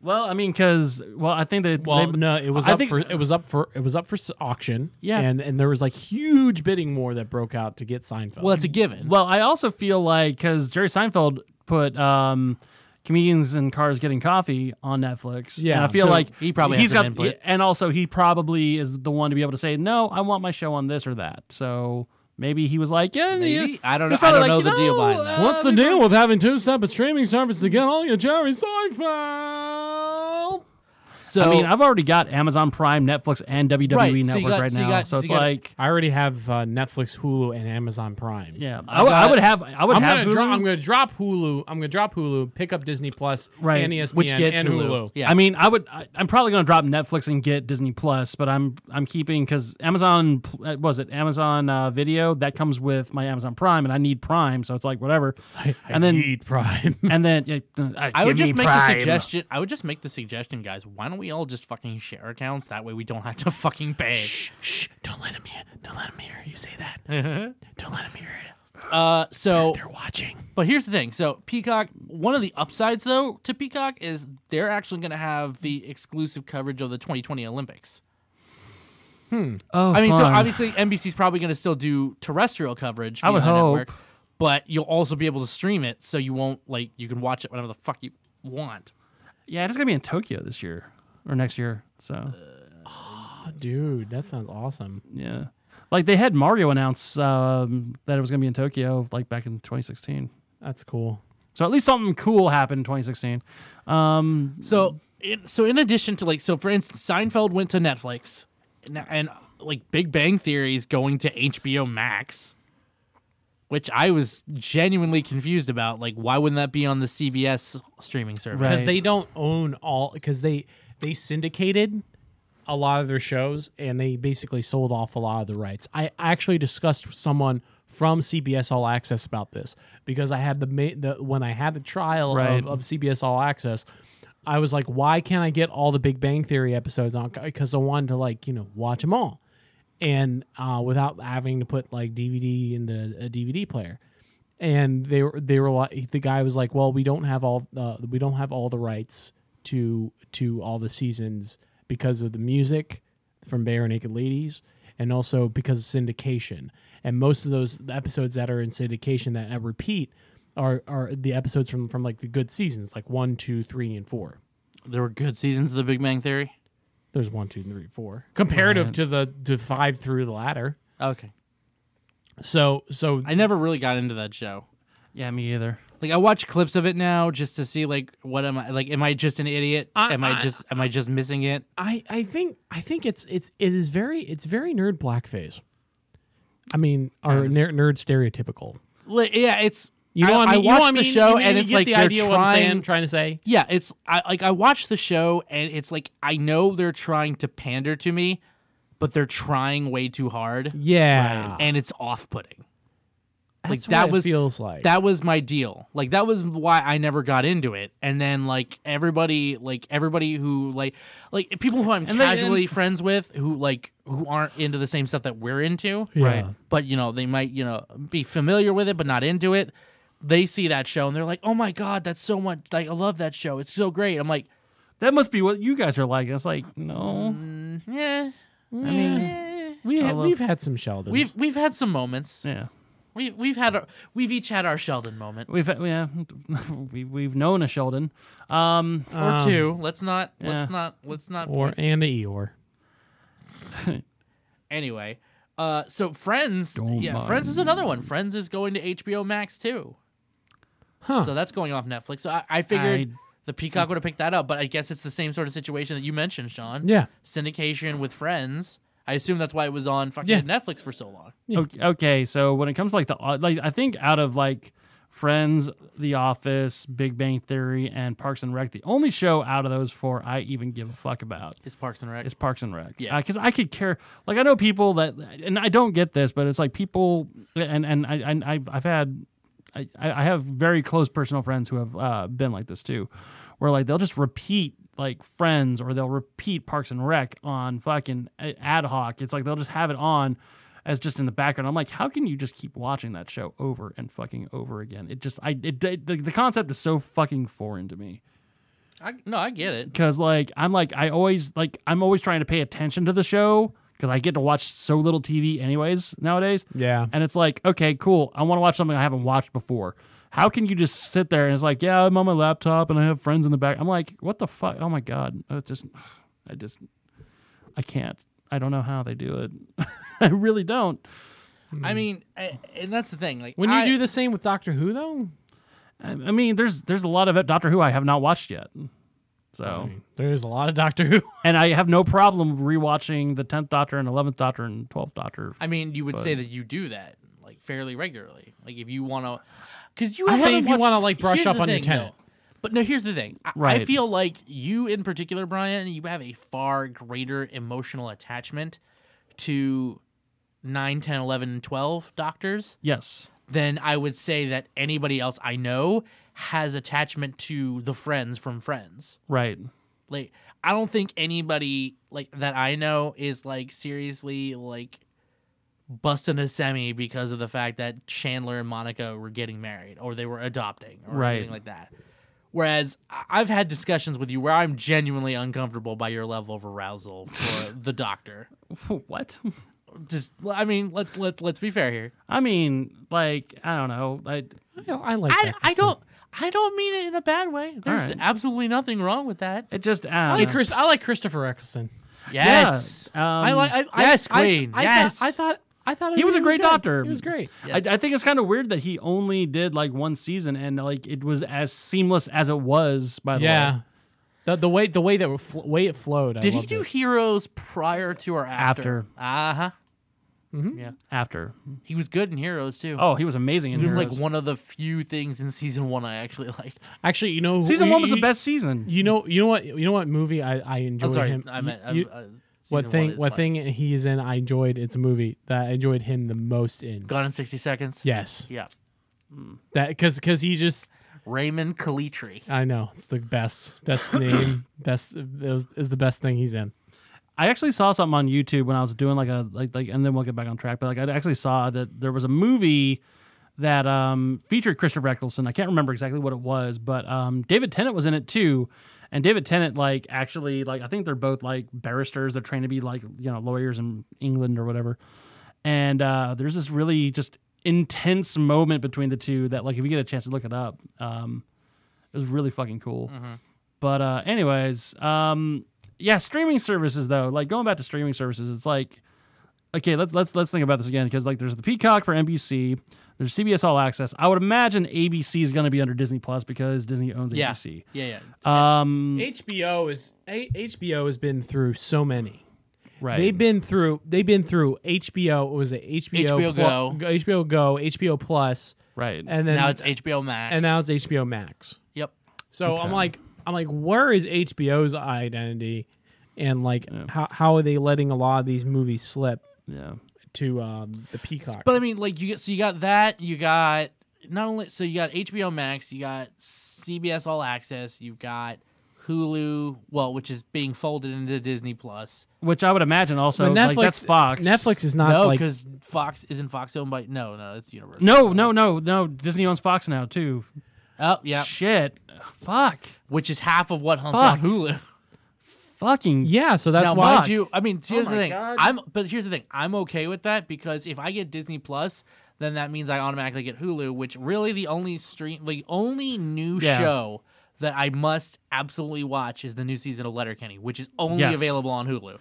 well, I mean, because well, I think they Well, they- no, it was I up think- for it was up for it was up for s- auction. Yeah. and and there was like huge bidding war that broke out to get Seinfeld. Well, that's a given. Well, I also feel like because Jerry Seinfeld put um, comedians and cars getting coffee on Netflix. Yeah, and I feel so like he probably he's had some got, input. and also he probably is the one to be able to say, "No, I want my show on this or that." So maybe he was like, "Yeah, Maybe? yeah." I don't He's know- I probably don't like, know the "You deal behind that." uh, What's the we- deal with having two separate streaming services to get all your Jerry Seinfeld? so I mean, uh, I've already got Amazon Prime, Netflix, and WWE Right, so you Network got- right so you now. got- so so it's you got- like, I already have uh, Netflix, Hulu, and Amazon Prime. yeah, I, would- I got- would have. I would I'm have. gonna, Hulu. dro- I'm gonna drop Hulu. I'm gonna drop Hulu. Pick up Disney Plus Right, and E ESPN which gets and Hulu. Hulu. Yeah. I mean, I would. I, I'm probably going to drop Netflix and get Disney Plus, but I'm I'm keeping because Amazon pl- uh, was it Amazon uh, Video that comes with my Amazon Prime, and I need Prime, so it's [LAUGHS] like whatever. and then [LAUGHS] Prime. and then yeah, uh, I would give me just make Prime. the suggestion. I would just make the suggestion, guys. Why don't we all just fucking share accounts? That way we don't have to fucking pay. shh, shh! Don't let him hear. Don't let him hear you say that. don't let him hear it. Uh, so They're watching. But here's the thing. So Peacock, one of the upsides though to Peacock is they're actually going to have the exclusive coverage of the 2020 Olympics. Oh, I mean, so fun. obviously NBC's probably going to still do terrestrial coverage. I would via the hope. network, but you'll also be able to stream it, so you won't like you can watch it whenever the fuck you want. yeah, it's gonna be in Tokyo this year or next year. So Dude, that sounds awesome. yeah, like they had Mario announce um, that it was gonna be in Tokyo, like back in 2016. That's cool. So at least something cool happened in 2016. Um, So, in, so in addition to like, so for instance, Seinfeld went to Netflix, and, and like Big Bang Theory is going to HBO Max, which I was genuinely confused about. Like, why wouldn't that be on the CBS streaming service? Because Right. they don't own all. Because they they syndicated a lot of their shows and they basically sold off a lot of the rights. I actually discussed with someone from CBS All Access about this because I had the, ma- the when I had the trial Right. of, of CBS All Access, I was like, why can't I get all the Big Bang Theory episodes on? Because I wanted to like you know watch them all, and uh, without having to put like DVD in the a DVD player. And they were they were like the guy was like, well, we don't have all uh, we don't have all the rights to to all the seasons because of the music from Bare Naked Ladies, and also because of syndication. And most of those episodes that are in syndication that I repeat are are the episodes from from like the good seasons, like one, two, three, and four. There were good seasons of the Big Bang Theory. There's one, two, three, four. Comparative to the to five through the latter. Okay, So so I never really got into that show. yeah, me either. Like, I watch clips of it now just to see like what am I like? Am I just an idiot? I- am I I- just am I just missing it? I I think I think it's it's it is very it's very nerd blackface. I mean, or ner- nerd stereotypical. Like, yeah, it's. You know I, what I mean? You I know watched what I the mean? show, You mean and you it's get like the they're idea what I'm saying, trying- trying to say. Yeah, it's I like I watched the show and it's like I know they're trying to pander to me, but they're trying way too hard Yeah, and it's off-putting. Like That's that what it was feels like. that was my deal. Like that was why I never got into it. And then like everybody like everybody who like like people who I'm And they- casually friends with who like who aren't into the same stuff that we're into. Yeah. Right. But you know, they might, you know, be familiar with it but not into it. they see that show and they're like, "Oh my god, that's so much! Like I love that show. It's so great." I'm like, That must be what you guys are like. It's like, no. "Yeah, I mean, We ha- love- we've had some Sheldons. we've we've had some moments. yeah. We we've had our, we've each had our Sheldon moment We've yeah, [LAUGHS] we we've known a Sheldon. Um, or two. Let's not yeah. let's not let's not or and a Eeyore. anyway. Uh, so Friends, Oh Don't yeah, mind Friends is another one. Friends is going to HBO Max too. Huh. So that's going off Netflix. So I, I figured I- the Peacock would have picked that up, but I guess it's the same sort of situation that you mentioned, Sean. Yeah. syndication with Friends. I assume that's why it was on fucking Yeah. Netflix for so long. okay, okay, so when it comes to like the uh, like, I think out of like Friends, The Office, Big Bang Theory, and Parks and Rec, the only show out of those four I even give a fuck about Is Parks and Rec? is Parks and Rec. Yeah. because I could care. Like I know people that, and I don't get this, but it's like people, and and I and I've I've had, I I have very close personal friends who have uh, been like this too, where like they'll just repeat like Friends or they'll repeat Parks and Rec on fucking a- ad hoc. It's like they'll just have it on. As just in the background, I'm like, how can you just keep watching that show over and fucking over again? It just, I, it, it the, the concept is so fucking foreign to me I, no, I get it. because like I'm like I always like I'm always trying to pay attention to the show because I get to watch so little TV anyways nowadays. Yeah. and it's like okay, cool. I want to watch something I haven't watched before. How can you just sit there and it's like yeah, I'm on my laptop and I have friends in the back. I'm like what the fuck? Oh my god, I just I just I can't. I don't know how they do it. [LAUGHS] I really don't. I mean, I, and that's the thing. Like Mm. When you I- do the same with Doctor Who, though, I, I mean, there's there's a lot of it, Doctor Who I have not watched yet. So there's a lot of Doctor Who. [LAUGHS] and I have no problem rewatching the tenth Doctor and eleventh Doctor and twelfth Doctor. I mean, you would say that you do that like fairly regularly. Like if you want to, because you I'd say haven't if you watched- wanna, like, brush Here's up the on your thing, Tenet. though. But no, here's the thing. I, I Right. feel like you in particular, Brian, you have a far greater emotional attachment to 9, 10, 11, and 12 doctors Yes. than I would say that anybody else I know has attachment to the friends from Friends. Right. Like I don't think anybody like that I know is like seriously like busting a semi because of the fact that Chandler and Monica were getting married or they were adopting or Right. anything like that. Whereas I- I've had discussions with you where I'm genuinely uncomfortable by your level of arousal [LAUGHS] for the doctor. What? Just I mean, let let let's be fair here. I mean, like, I don't know. I, I, I like I, that. I don't I don't mean it in a bad way. There's right. absolutely nothing wrong with that. it just, I I don't like know. Chris. I like Christopher Eccleston. Yes. Yeah, um, I like I, Yes, I- Queen. I, yes. Thought, I thought. I thought He was a everything great good. doctor. He was great. Yes. I, I think it's kind of weird that he only did like one season and like it was as seamless as it was. By the Yeah. way, The, the way the way that fl- way it flowed. I Did he loved do it. Heroes prior to or after? After. Uh huh. after. He was good in Heroes too. Oh, he was amazing. In he was like Heroes. one of the few things in season one I actually [LAUGHS] liked. Actually, you know, who- season you- one was the you- best season. You know, you know what, you know what movie I I enjoyed I'm sorry, him. I meant you- uh, uh, season what one thing? is What fine. thing he is in? I enjoyed. It's a movie that I enjoyed him the most in. Gone in sixty seconds. Yes, Yeah. that because because he just Raymond Calitri. I know it's the best [COUGHS] best name best it was, is the best thing he's in. I actually saw something on YouTube when I was doing like a like like, and then we'll get back on track. But like, I actually saw that there was a movie that um featured Christopher Eccleston. I can't remember exactly what it was, but um David Tennant was in it too. And David Tennant, like, actually, like, I think they're both like barristers. They're trained to be like you know lawyers in England or whatever. And uh, there's this really just intense moment between the two that, like, if you get a chance to look it up, um, it was really fucking cool. But uh, anyways, um, yeah, streaming services though. Like going back to streaming services, it's like okay, let's let's let's think about this again because like there's the Peacock for NBC, there's CBS All Access. I would imagine ABC is going to be under Disney Plus because Disney owns Yeah. ABC. Yeah, yeah. Um, HBO is a, HBO has been through so many. right. They've been through they've been through HBO. It was it HBO HBO Go. HBO Go, HBO Plus, right. and then now it's HBO Max. and now it's HBO Max. yep. So I'm like, I'm like, where is HBO's identity, and like, how how are they letting a lot of these movies slip yeah. to um, the Peacock? But I mean, like you get so you got that, you got not only so you got HBO Max, you got CBS All Access, you've got Hulu, well, which is being folded into Disney Plus. Which I would imagine also But like that's Fox. Netflix is not No, like because Fox isn't Fox owned by no, no, it's Universal. No, no, no, no. Disney owns Fox now too. oh yeah, Shit. Fuck. which is half of what hunts Fuck. on Hulu. Fucking. yeah. So that's now, why mind you, I mean, here's the Oh my thing. God. I'm, but here's the thing. I'm okay with that because if I get Disney Plus, then that means I automatically get Hulu, which really the only stream, the only new Yeah. show that I must absolutely watch is the new season of Letterkenny, which is only Yes. available on Hulu.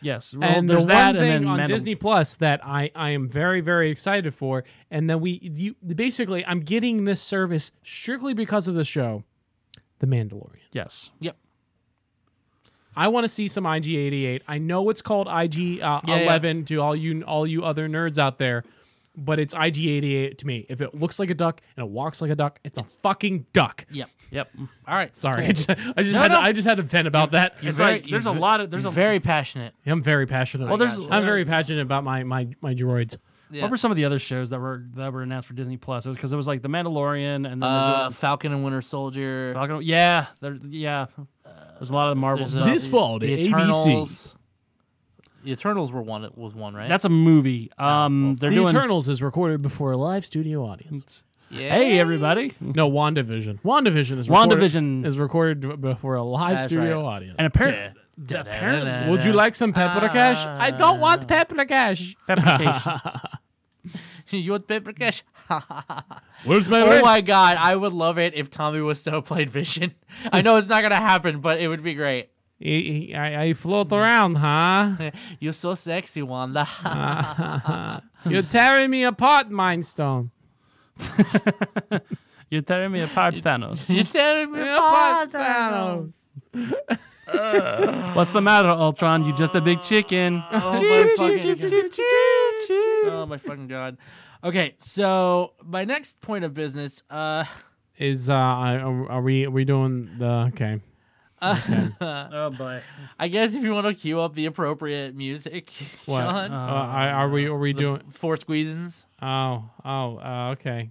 Yes. Well, and there's the that, one and thing then on Mandal- Disney Plus that I, I am very very excited for, and then we you basically I'm getting this service strictly because of the show, The Mandalorian. Yes. Yep. I want to see some IG88. I know it's called IG uh, Yeah, yeah. 11 to all you all you other nerds out there, but it's IG88 to me. If it looks like a duck and it walks like a duck, it's a fucking duck. Yep. Yep. All right. Sorry, I cool. just, I just had no. to, I just had to vent about that. It's very- like there's a you ve- lot of there's a very passionate. I'm very passionate. Well, there's- I'm very passionate about my my my droids. Yeah. What were some of the other shows that were that were announced for Disney Plus? Because it was like The Mandalorian and then Uh, the Falcon and Winter Soldier. Falcon. Yeah, there, yeah. There's a lot of the Marvel There's stuff. a- This fall to the ABC. Eternals. The Eternals were one. Was one right? That's a movie. Um, they're The doing. Eternals is recorded before a live studio audience. yeah. Hey, everybody! No, WandaVision. WandaVision is recorded, WandaVision. is recorded before a live That's studio right. audience. And apparently, Da-da-da-da-da. Would you like some paprikash? I don't Ah. want paprikash. [LAUGHS] you want paper cash? Where's my Oh ring? my god, I would love it if Tommy [LAUGHS] Wiseau played Vision. I know it's not gonna happen, but it would be great. He- he- I, I float around, [LAUGHS] huh? You're so sexy, Wanda. [LAUGHS] Uh-huh. You're tearing me apart, Mind Stone. You're tearing me apart, Thanos. You're tearing me Apart, apart. Thanos. What's the matter, Ultron? You just a big chicken. Oh my, fucking, oh my fucking god. Okay, so my next point of business, uh, Is uh, are, are we are we doing the okay? Oh boy. I guess if you want to cue up the appropriate music, [LAUGHS] What? Sean, Uh, I- are we are we doing? four squeezins. Oh oh uh, okay.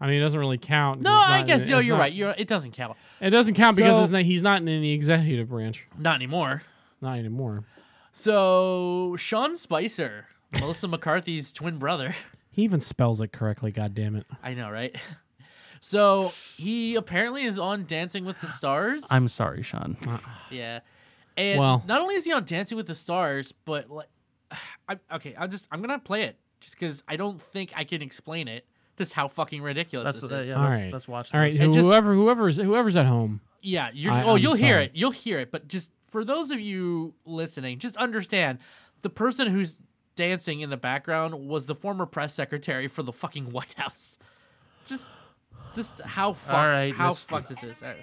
I mean, it doesn't really count. No, It's I not- guess no. it's You're not- right. You're it doesn't count. It doesn't count because So- it's not, he's not in the executive branch. Not anymore. Not anymore. So Sean Spicer, Melissa McCarthy's twin brother. He even spells it correctly. God damn it! I know, right? [LAUGHS] So he apparently is on Dancing with the Stars. [LAUGHS] I'm sorry, Sean. yeah, and Well. not only is he on Dancing with the Stars, but like, [SIGHS] I, okay, I'm just I'm gonna play it just because I don't think I can explain it. Just how fucking ridiculous That's this uh, is. yeah. All let's, right. let's watch. All right, this. And just- whoever whoever's whoever's at home. Yeah, you're. I- oh, I'm you'll hear sorry. it. You'll hear it. But just for those of you listening, just understand the person who's dancing in the background was the former press secretary for the fucking White House. Just, just how fucked, right, how let's- fucked this is. All right.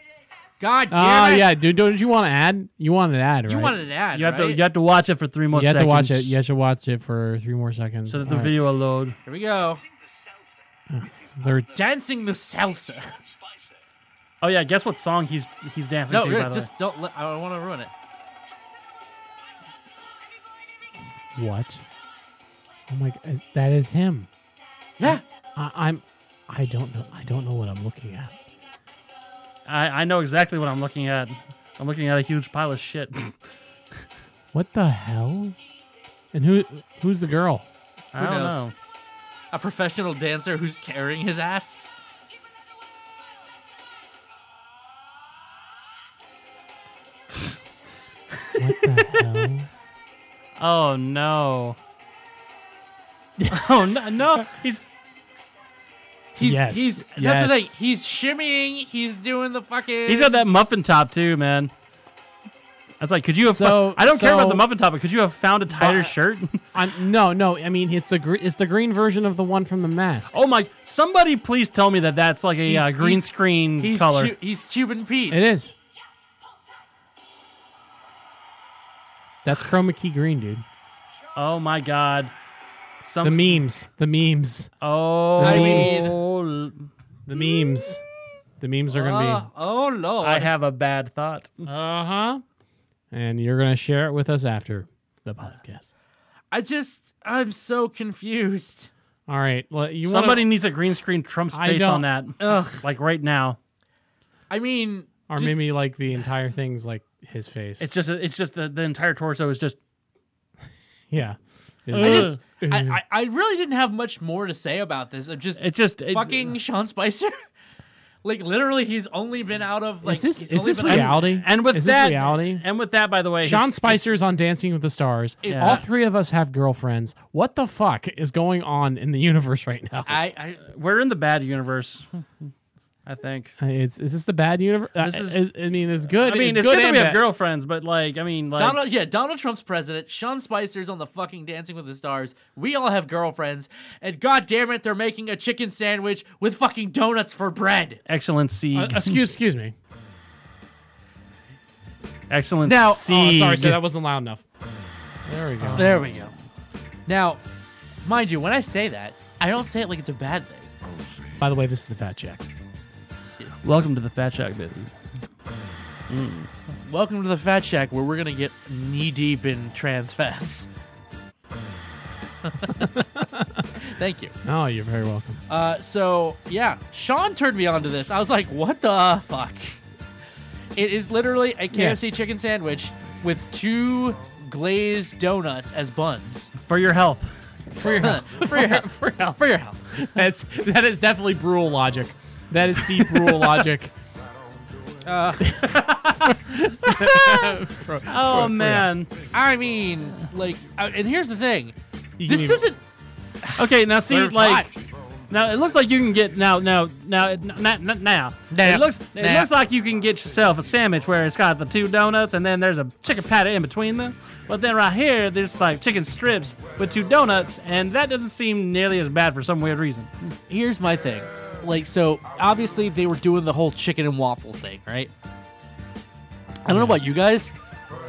God damn Oh it! yeah, dude, don't you want to add? You want an ad? you right? wanted an ad, You have to right? you have to watch it for three more You have seconds. to watch it. You have to watch it for three more seconds. So that the All right. video will load. Here we go. They're- Dancing the salsa. Oh yeah, guess what song he's he's dancing No, to really, by the way. just don't. Let, I don't want to ruin it. what? Oh my! g- is- That is him. Yeah. I, I'm. I don't know. I don't know what I'm looking at. I, I know exactly what I'm looking at. I'm looking at a huge pile of shit. What the hell? And who? Who's the girl? I don't knows? know. A professional dancer who's carrying his ass. What the hell? Oh [LAUGHS] no. oh no, no. He's He's, Yes. he's that's the Yes. thing. He's shimmying. He's doing the fucking. he's got that muffin top too, man. I was like, could you have? So- I don't care about so- the muffin top, but could you have found a tighter But- shirt? I'm, no, no. I mean, it's the gre- it's the green version of the one from the mask. [LAUGHS] oh my! Somebody please tell me that that's like a He's- uh, green he's- screen He's color. Cu- he's Cuban Pete. It is. That's chroma key green, dude. Oh my god! Some The memes. The memes. oh, the memes. l- The memes. The memes are gonna be. oh, oh lord! I have a bad thought. Uh huh. And you're gonna share it with us after the podcast. I just I'm so confused. All right. Well, you Somebody Wanna, needs a green screen Trump's I face on that, don't- Ugh. like right now. I mean, Or Just- maybe like the entire thing's like his face. It's just it's just the, the entire torso is just yeah. I just, I, I, I really didn't have much more to say about this. I'm just it's just it- fucking Sean Spicer. [LAUGHS] like literally, he's only been out of like. is this he's is only this been out- reality? And with is that, this reality? and with that, by the way, his- Sean Spicer's on Dancing with the Stars. It's All not- three of us have girlfriends. What the fuck is going on in the universe right now? I, I we're in the bad universe. I think. Uh, It's, is this the bad universe? This I- is- I, I mean, it's good. I mean, it's, good, good that and we have bad. girlfriends, but like, I mean, like, Donald, yeah, Donald Trump's president. Sean Spicer's on the fucking Dancing with the Stars. We all have girlfriends, and god damn it, they're making a chicken sandwich with fucking donuts for bread. excellent C, Uh, excuse, excuse me. excellent Now- oh, Oh, C. sorry, so that wasn't loud enough. There we go. There we go. Now, mind you, when I say that, I don't say it like it's a bad thing. By the way, this is the fat check. Welcome to the Fat Shack, baby. Welcome to the Fat Shack, where we're gonna get knee deep in trans fats. [LAUGHS] Thank you. Oh, you're very welcome. Uh, so yeah, Sean turned me on to this. I was like, "What the fuck?" It is literally a KFC chicken sandwich with two glazed donuts as buns For your health. [LAUGHS] for your health. [LAUGHS] for your health. For your health. For your health. That's that is definitely Brule logic. That is Steve Brule [LAUGHS] logic. Oh man. I mean, like, uh, and here's the thing: this even- isn't Okay, now see, Served like, now it looks like you can get now, now, now, now, now. now. Now. It looks, it Now. looks like you can get yourself a sandwich where it's got the two donuts and then there's a chicken patty in between them. But then right here, there's like chicken strips with two donuts, and that doesn't seem nearly as bad for some weird reason. here's my thing. Like, so obviously they were doing the whole chicken and waffles thing, right? I don't know about you guys.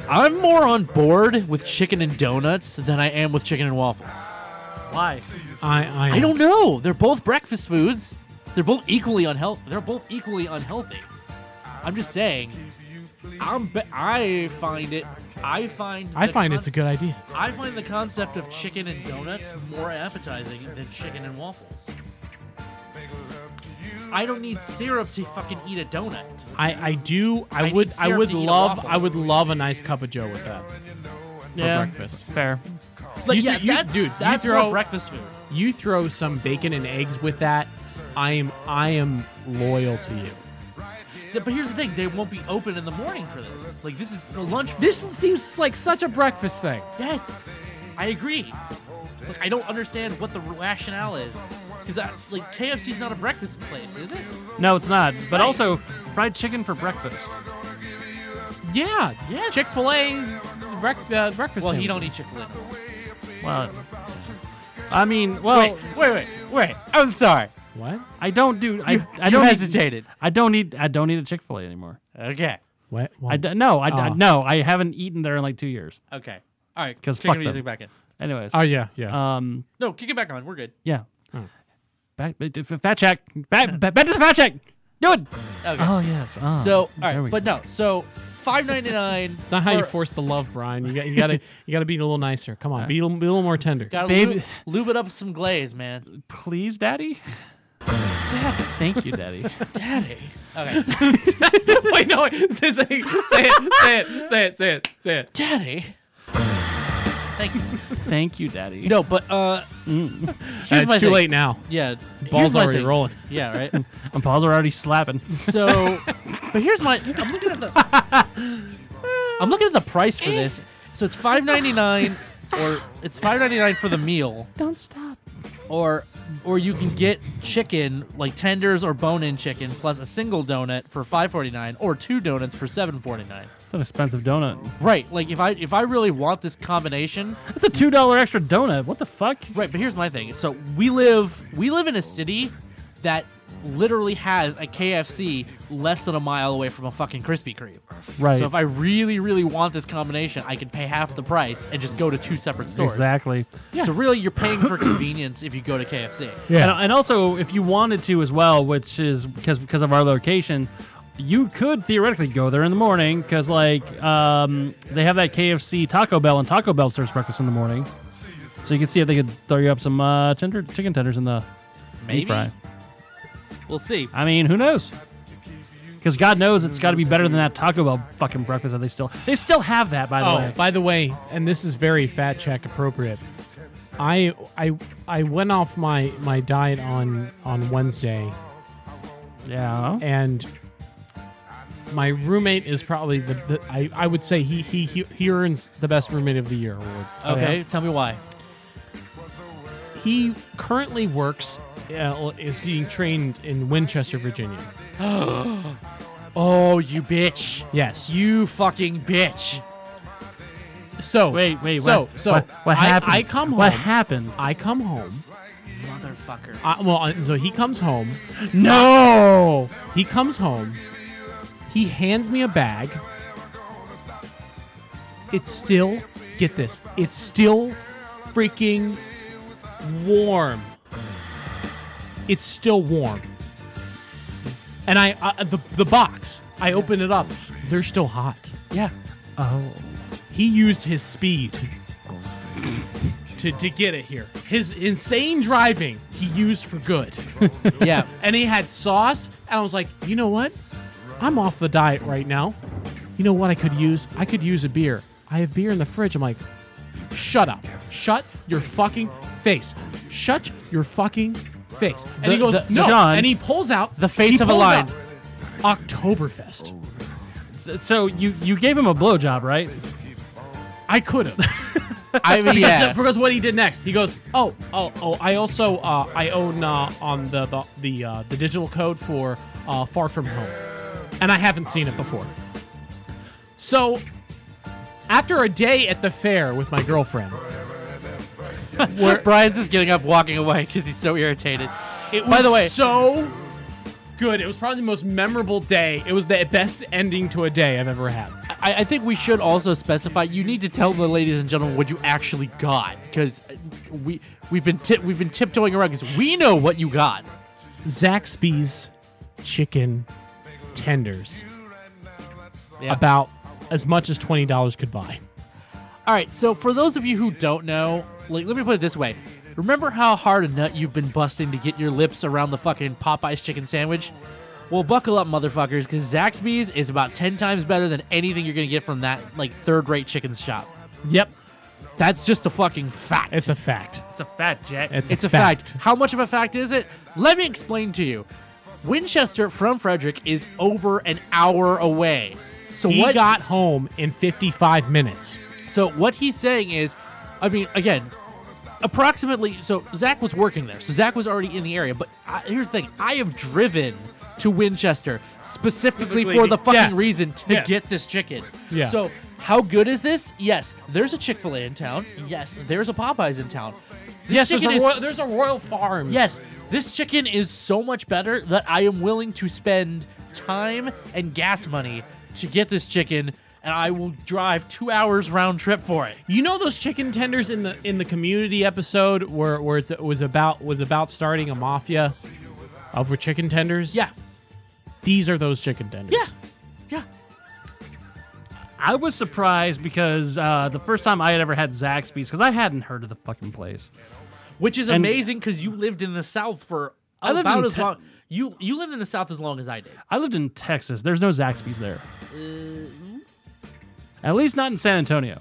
I'm more on board with chicken and donuts than I am with chicken and waffles. Why? I I, I don't know. They're both breakfast foods. They're both equally unhealthy. They're both equally unhealthy. I'm just saying. I'm be- I find it. I find. I the find con- it's a good idea. I find the concept of chicken and donuts more appetizing than chicken and waffles. I don't need syrup to fucking eat a donut. I I do. I, I would need I syrup would to eat a love waffle. I would love a nice cup of Joe with that for yeah. breakfast. Fair. Like, You yeah, th- you- that's, dude, you that's more throw- breakfast food. You throw some bacon and eggs with that. I am I am loyal to you. Th- But here's the thing: they won't be open in the morning for this. Like, this is the lunch. This seems like such a breakfast thing. Yes, I agree. Like, I don't understand what the rationale is. Because, like, KFC's not a breakfast place, is it? No, it's not. But Right. also, fried chicken for breakfast. Yeah. Yes. Chick Fil A brec- uh, breakfast. Well, he don't eat sandwiches. Chick-fil-A. Well, I mean, well, wait, wait, wait. I'm sorry. What? I don't do. I, I you don't eat- hesitated. I don't eat. I don't eat a Chick Fil A anymore. Okay. What? Why? I d- no. I, I- Oh. no. I haven't eaten there in like two years. Okay. All right. 'Cause Kick fuck the music them. back in. Anyways. oh yeah Oh. yeah. Um. No, kick it back on. We're good. Yeah. Back. but- but- Fat check. Back. Back back to the fat check. Do it. Okay. Oh yes. Ah. Oh, so, all there right, we but no. So, five ninety nine. It's not how you force the love, Brian. You got you gotta you gotta be a little nicer. Come on, be a little, be a little more tender. Gotta Baby- Lube, lube it up with some glaze, man. go. please, [LAUGHS] Daddy. Thank you, Daddy. Daddy. Okay. [LAUGHS] Wait, no, wait. say, say, it, say it, say it, say it, say it. [LAUGHS] Daddy. Thank you. Thank you, Daddy. No, but uh, here's my it's too thing. late now. Yeah. here's Ball's my already thing. rolling. Yeah. [LAUGHS] Right. My paws are already slapping. So, but here's my. I'm looking at the. I'm looking at the price for this. So it's five ninety nine, or it's five ninety nine for the meal, Don't stop. or or you can get chicken like tenders or bone in chicken plus a single donut for five forty nine, or two donuts for seven forty nine. It's an expensive donut. Right. Like if I if I really want this combination. That's a two dollar extra donut. What the fuck? Right. But here's my thing. So we live we live in a city that literally has a KFC less than a mile away from a fucking Krispy Kreme. Right. So if I really, really want this combination, I can pay half the price and just go to two separate stores. Exactly. So really, you're paying for [COUGHS] convenience if you go to KFC. And, and also, if you wanted to as well, which is because because of our location, you could theoretically go there in the morning because like um, they have that KFC Taco Bell and Taco Bell serves breakfast in the morning, so you can see if they could throw you up some uh, tender chicken tenders in the deep Maybe fry. we'll see. I mean, who knows? because God knows it's got to be better than that Taco Bell fucking breakfast that they still they still have that by the Oh, way. by the way, and this is very fat check appropriate. I I I went off my my diet on on Wednesday, yeah. and my roommate is probably the, the I I would say he he he he earns the best roommate of the year award. Okay, tell me why. He currently works uh, is getting trained in Winchester, Virginia. [GASPS] Oh, you bitch. Yes. You fucking bitch. So Wait, wait. So what, so what, what I- happened? I come What home. happened? I come home. Motherfucker. I, well, and so he comes home. [GASPS] No. He comes home. He hands me a bag. It's still, get this, it's still freaking warm. It's still warm. And I, I the, the box, I open it up. They're still hot. Yeah. Oh. He used his speed to, to get it here. His insane driving, he used for good Yeah. [LAUGHS] and he had sauce. And I was like, you know what? I'm off the diet right now. You know what I could use? I could use a beer. I have beer in the fridge. I'm like, shut up. Shut your fucking face. Shut your fucking face. And he The- goes, the- no. John, and he pulls out the he face of a pulls lion. out Oktoberfest. So you you gave him a blowjob, right? I could have. I [LAUGHS] mean, because, yeah. because what he did next, he goes, oh, oh, oh. I also uh, I own uh, on the the the, uh, the digital code for uh, Far From Home, and I haven't seen it before. So, after a day at the fair with my girlfriend, Brian's just getting up, walking away because he's so irritated. it was By the way- so good. It was probably the most memorable day. It was the best ending to a day I've ever had. I, I think we should also specify. You need to tell the ladies and gentlemen what you actually got, because we we've been tip we've been tiptoeing around because we know what you got. Zaxby's chicken tenders, Yeah. about as much as twenty dollars could buy. All right. So for those of you who don't know, like let me put it this way. Remember how hard a nut you've been busting to get your lips around the fucking Popeyes chicken sandwich? Well, buckle up, motherfuckers, because Zaxby's is about ten times better than anything you're gonna get from that like third-rate chicken shop. Yep. That's just a fucking fact. It's a fact. It's a fat jet. It's, It's a fact. How much of a fact is it? Let me explain to you. Winchester from Frederick is over an hour away. So He what got home in 55 minutes. so what he's saying is, I mean, again, approximately. So Zach was working there, so Zach was already in the area. But I, here's the thing: I have driven to Winchester specifically for the fucking Yeah. reason to Yeah. get this chicken. Yeah. So how good is this? Yes, there's a Chick Fil A in town. Yes, there's a Popeyes in town. This Yes, there's a, chicken is royal, there's a Royal Farms. Yes, this chicken is so much better that I am willing to spend time and gas money to get this chicken, and I will drive two hours round trip for it. You know those chicken tenders in the in the community episode where where it's, it was about was about starting a mafia over chicken tenders? Yeah, These are those chicken tenders. yeah, yeah. I was surprised because uh, the first time I had ever had Zaxby's, because I hadn't heard of the fucking place. Which is And- amazing because you lived in the South for I lived about in as Te- long. You you lived in the South as long as I did. I lived in Texas. There's no Zaxby's there. Mm-hmm. At least not in San Antonio.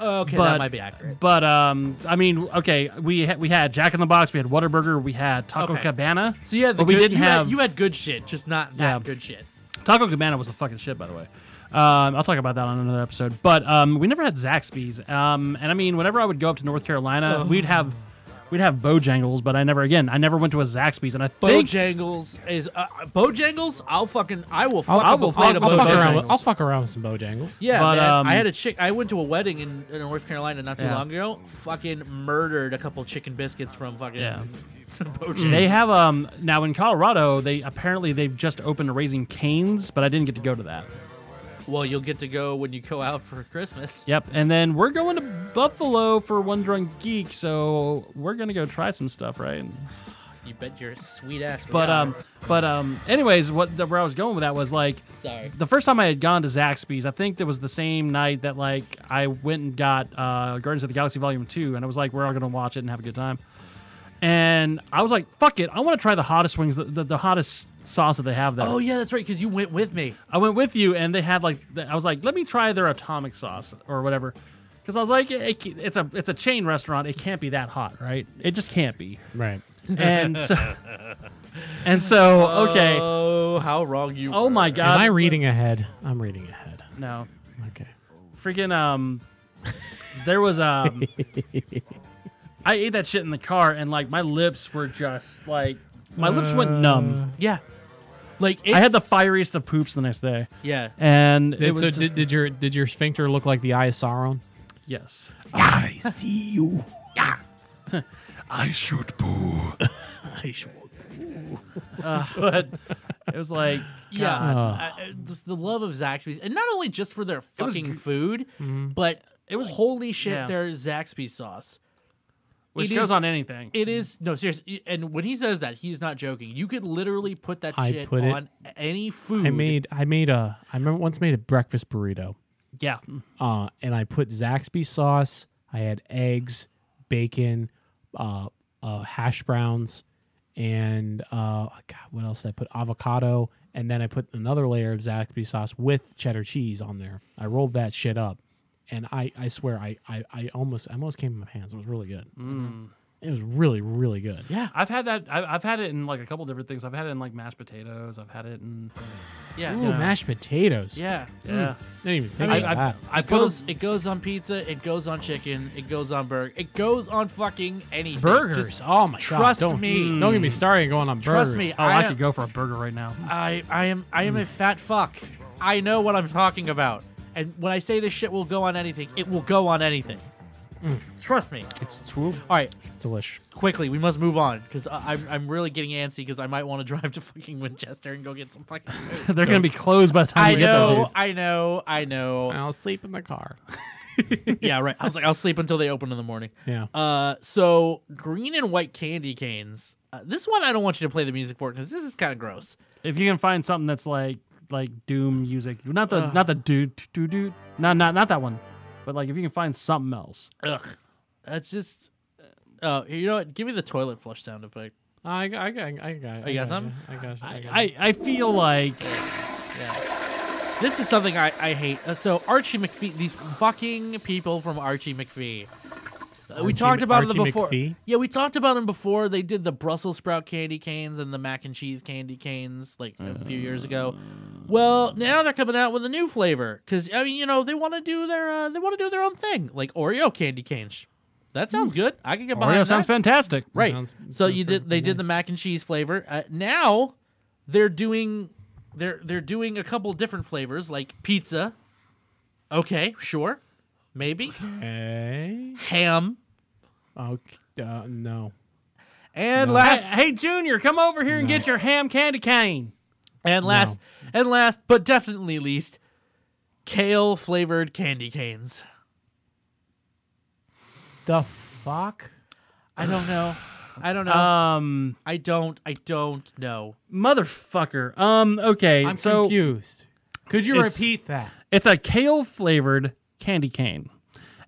Uh, Okay, But- that might be accurate. But um, I mean, okay, we ha- we had Jack in the Box, we had Whataburger, we had Taco Okay. Cabana. So yeah, but we didn't you have had, you had good shit, just not that Yeah. good shit. Taco Cabana was the fucking shit, by the way. Um, I'll talk about that on another episode. But um, we never had Zaxby's. Um, and I mean, whenever I would go up to North Carolina, Oh. we'd have we'd have Bojangles, but I never again. I never went to a Zaxby's, and I think Bojangles is uh, Bojangles. I'll fucking I will fuck I'll- up a plate of I'll I'll fuck, around Bojangles. with, I'll fuck around with some Bojangles. Yeah, But, man. um, I had a chick. I went to a wedding in, in North Carolina not too Yeah. long ago. Fucking murdered a couple chicken biscuits from fucking. Yeah. Bojangles. They have um now in Colorado. They apparently they've just opened Raising Canes, but I didn't get to go to that. Well, you'll get to go when you go out for Christmas. Yep, and then we're going to Buffalo for One Drunk Geek, so we're gonna go try some stuff, right? You bet your sweet ass. we But are. um, but um, anyways, what the, where I was going with that was like Sorry. the first time I had gone to Zaxby's, I think that was the same night that like I went and got uh, Guardians of the Galaxy Volume Two, and I was like, we're all gonna watch it and have a good time. and I was like, "Fuck it, I want to try the hottest wings, the, the, the hottest sauce that they have there." Oh yeah, that's right. Because you went with me. I went with you, and they had like the- I was like, let me try their atomic sauce or whatever, because I was like, it, ca- it's a it's a chain restaurant, it can't be that hot, right? It just can't be. Right. And so, [LAUGHS] and so, okay. Oh, Oh, how wrong you. were. my Am god, I reading ahead? I'm reading ahead. No. Okay. freaking um there was um [LAUGHS] I ate that shit in the car and like my lips were just like my lips Uh, went numb. Yeah. Like I had the it's- fieriest of poops the next day. yeah. And it was so just- did, did your did your sphincter look like the eye of [LAUGHS] Sauron? yes. I see you. I shoot boo. I sure. But it was like Yeah, I- I- just the love of Zaxby's, and not only just for their fucking food, but it was holy shit mm-hmm. yeah. their Zaxby's sauce. which It goes is- on anything. It is no seriously, and when he says that, he's not joking. You could literally put that I shit put it- on any food. I made I made a I remember once made a breakfast burrito. yeah. uh, and I put Zaxby sauce. I had eggs, bacon, uh, uh, hash browns, and uh, God, what else did I put? Avocado, and then I put another layer of Zaxby sauce with cheddar cheese on there. I rolled that shit up, and I, I swear I, I, I almost I almost came in my hands. It was really good. Mm. It was really really good. Yeah, I've had that I've, I've had it in like a couple different things. I've had it in like mashed potatoes. I've had it in yeah, Ooh, mashed potatoes. yeah. Hmm. yeah. I didn't even think I, of I, that. have I It put goes, it goes on pizza. It goes on chicken. It goes on burger. It goes on fucking anything. Burgers. Just- oh my god. trust don't- me. Don't get me started going on burgers. trust me. Oh, I could go for a burger right now. [LAUGHS] I, I am I am a fat fuck. I know what I'm talking about. And when I say this shit will go on anything, it will go on anything. Trust me. It's true. All right, It's delish. quickly, we must move on because I'm, I'm really getting antsy because I might want to [LAUGHS] drive to fucking Winchester and go get some fucking. food. They're gonna be closed by the time I we get there. know, dude. I know, I know. I'll sleep in the car. [LAUGHS] Yeah, right. I was like, I'll sleep until they open in the morning. Yeah. Uh, so green and white candy canes. Uh, this one I don't want you to play the music for because this is kind of gross. If you can find something that's like like doom music, not the not the do do do, not not not that one, but like if you can find something else, Ugh, that's just. Uh, you know what? Give me the toilet flush sound effect. I, I, I, I got it. you I got some? I got you. I got I I feel like This is something I, I hate. Uh, so Archie McPhee, these fucking people from Archie McPhee. Uh, we talked M- about them Archie before. McPhee? Yeah, we talked about them before. They did the Brussels sprout candy canes and the mac and cheese candy canes like a few years ago. Well, now they're coming out with a new flavor because I mean, you know, they want to do their uh, they want to do their own thing, like Oreo candy canes. That Hmm. sounds good. I can get behind Oreo that. sounds fantastic. Right. Sounds- so sounds you did. They did the mac and cheese flavor. Uh, now they're doing they're they're doing a couple different flavors like pizza. Okay, sure, [LAUGHS] maybe Okay. ham Okay. Uh, no. and Hey, last hey Junior, come over here and get your ham candy cane. and last and last, but definitely least, kale flavored candy canes. The fuck? I don't know. I don't know. Um, I don't. I don't know. motherfucker. Um, okay, I'm so confused. Could you It's- repeat that? it's a kale flavored candy cane.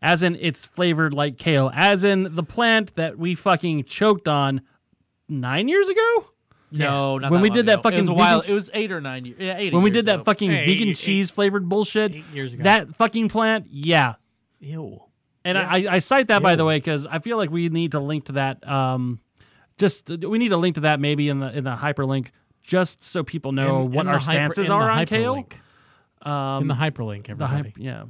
As in, it's flavored like kale. As in, the plant that we fucking choked on nine years ago. No, not When that we long did that ago. it was fucking a while. vegan- It was eight or nine years. Yeah, eight when we years did that ago. fucking Hey, vegan eight- cheese flavored bullshit eight years ago. that fucking plant yeah Ew. and I, I cite that by the way because i feel like we need to link to that um just we need to link to that maybe in the in the hyperlink just so people know In- what in our the hyper- stances in the are on kale hyperlink. in Um, the hyperlink, the everybody. hype yeah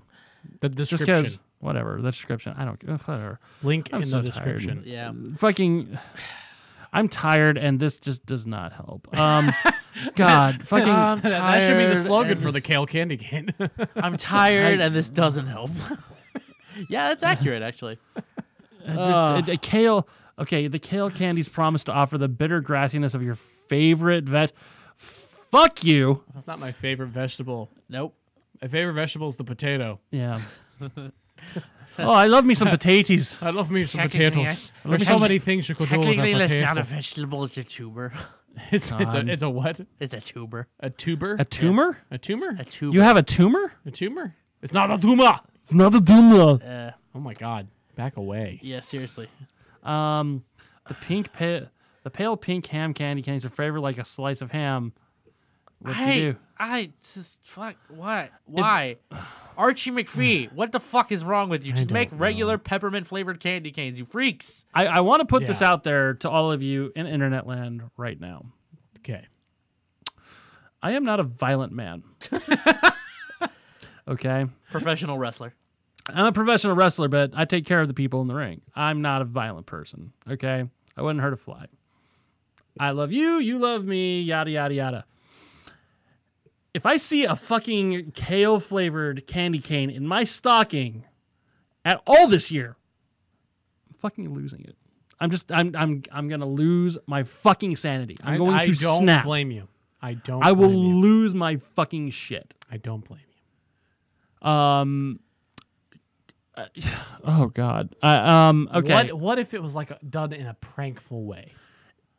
The just description. because whatever the description i don't ugh, whatever Link I'm in so the tired. description. Yeah. fucking i'm tired and this just does not help um [LAUGHS] [LAUGHS] god fucking That should be the Tired slogan and for the kale candy cane. [LAUGHS] I'm tired and [LAUGHS] this doesn't help. [LAUGHS] yeah, that's accurate actually. Just, uh, uh, kale. Okay, the kale candies promise to offer the bitter grassiness of your favorite vet. Fuck you. That's not my favorite vegetable. Nope. My favorite vegetable is the potato. [LAUGHS] Yeah. oh, I love me some potatoes. I love me some Technically, potatoes. I- There's so technically- many things you could do with a Technically, that's not a potato. vegetable. It's a tuber. [LAUGHS] [LAUGHS] It's, it's a, it's a what? It's a tuber. A tuber? A tumor? A tumor? A tuber. You have a tumor? A tumor? It's not a tumor. It's Uh, not a tumor. Oh my god. Back away. yeah, seriously. Um, The pink pa- the pale pink ham candy contains a flavor like a slice of ham. What I, do you do? I just fuck what? [SIGHS] Why? Archie McPhee, what the fuck is wrong with you? Just make regular peppermint flavored candy canes, you freaks. I, I want to put this out there to all of you in internet land right now. Okay. I am not a violent man. okay. Professional wrestler. I'm a professional wrestler, but I take care of the people in the ring. I'm not a violent person. Okay. I wouldn't hurt a fly. I love you. You love me. Yada, yada, yada. If I see a fucking kale flavored candy cane in my stocking at all this year, I'm fucking losing it. I'm just, I'm, I'm, I'm going to lose my fucking sanity. I'm going I to don't snap. blame you. I don't. I will blame you. lose my fucking shit. I don't blame you. Um. uh, Oh God. I um. Okay. What What if it was like a, done in a prankful way?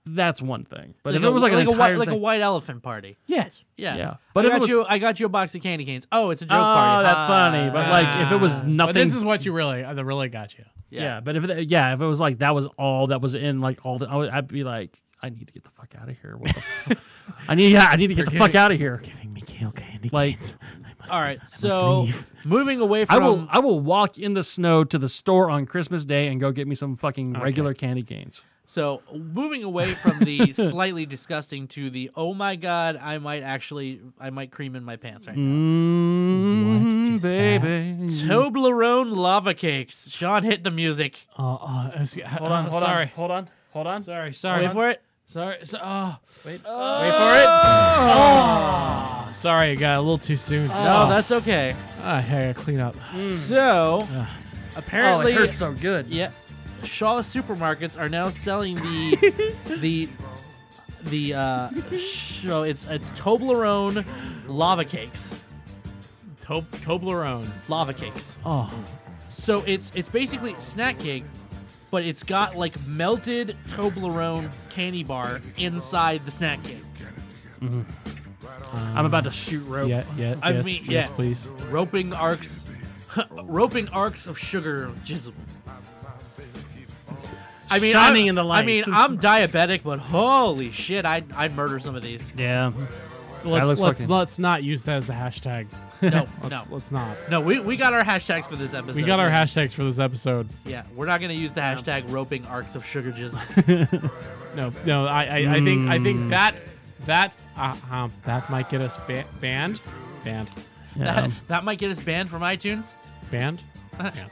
That's one thing. But Like if it was like, a, like, an a, white, entire like a thing- white elephant party. Yes. Yeah. Yeah. But But if I it got was- you I got you a box of candy canes. Oh, it's a joke oh, party. that's Ah. funny. But like, if it was nothing. Ah. But this is what you really uh, that really got you. yeah. But if it, yeah, if it was like that was all that was in like all the, I would, I'd be like, I need to get the fuck out of here. What the fu- [LAUGHS] I need. Yeah, I need to get the fuck out of here. Giving me kale candy Like- canes. I must, All [LAUGHS] right. So moving away from I will. I will walk in the snow to the store on Christmas Day and go get me some fucking regular candy canes. So, moving away from [LAUGHS] the slightly disgusting to the oh my god, I might actually I might cream in my pants right now. Mm, is that? baby. Toblerone lava cakes. Sean hit the music. Uh, uh, excuse- Hold on. uh, Hold sorry. on. Hold on. Hold on. Sorry. Sorry. Wait for it. Sorry. So, oh, Wait for it. sorry. It got a little too soon. Oh. Uh, No, that's okay. I gotta clean up. So, Mm. Oh, it apparently, hurts so good. yeah, Shaw supermarkets are now selling the [LAUGHS] the the uh so it's it's Toblerone lava cakes. To- Toblerone. Lava cakes. Oh. So it's it's basically snack cake, but it's got like melted Toblerone candy bar inside the snack cake. Mm-hmm. I'm about to shoot rope. Yeah. Yeah. I yes. mean, yes, yeah. please. Roping arcs, [LAUGHS] roping arcs of sugar jizzle. I mean, Shining I'm, in the light. I mean, I'm diabetic, but holy shit, I I murder some of [LAUGHS] these. Yeah. Let's looks let's, fucking- let's not use that as a hashtag. No, no, Let's, let's not. no. We, we got our hashtags for this episode. We got our hashtags for this episode. Yeah, we're not gonna use the hashtag roping arcs of sugar jizzle. No, no. I, I, I think, I think that, that, uh, um, that might get us ba- banned, banned, [LAUGHS] that, that might get us banned from iTunes. banned,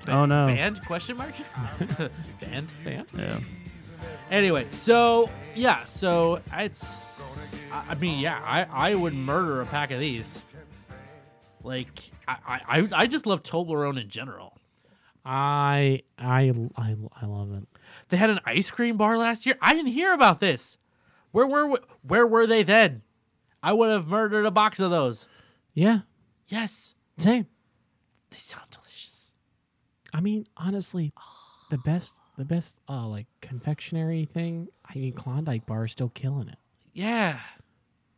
Oh no. Banned? Question mark? [LAUGHS] Banned. banned. Yeah. Anyway, so yeah, so it's. I I mean, yeah, I, I would murder a pack of these. Like I I, I- I just love Toblerone in general. I, I, I, I love it. They had an ice cream bar last year. I didn't hear about this. Where were where were they then? I would have murdered a box of those. Yeah, Yes, same. they sound delicious. I mean, honestly, the best, the best, uh, like confectionery thing. I mean, Klondike bar is still killing it. Yeah.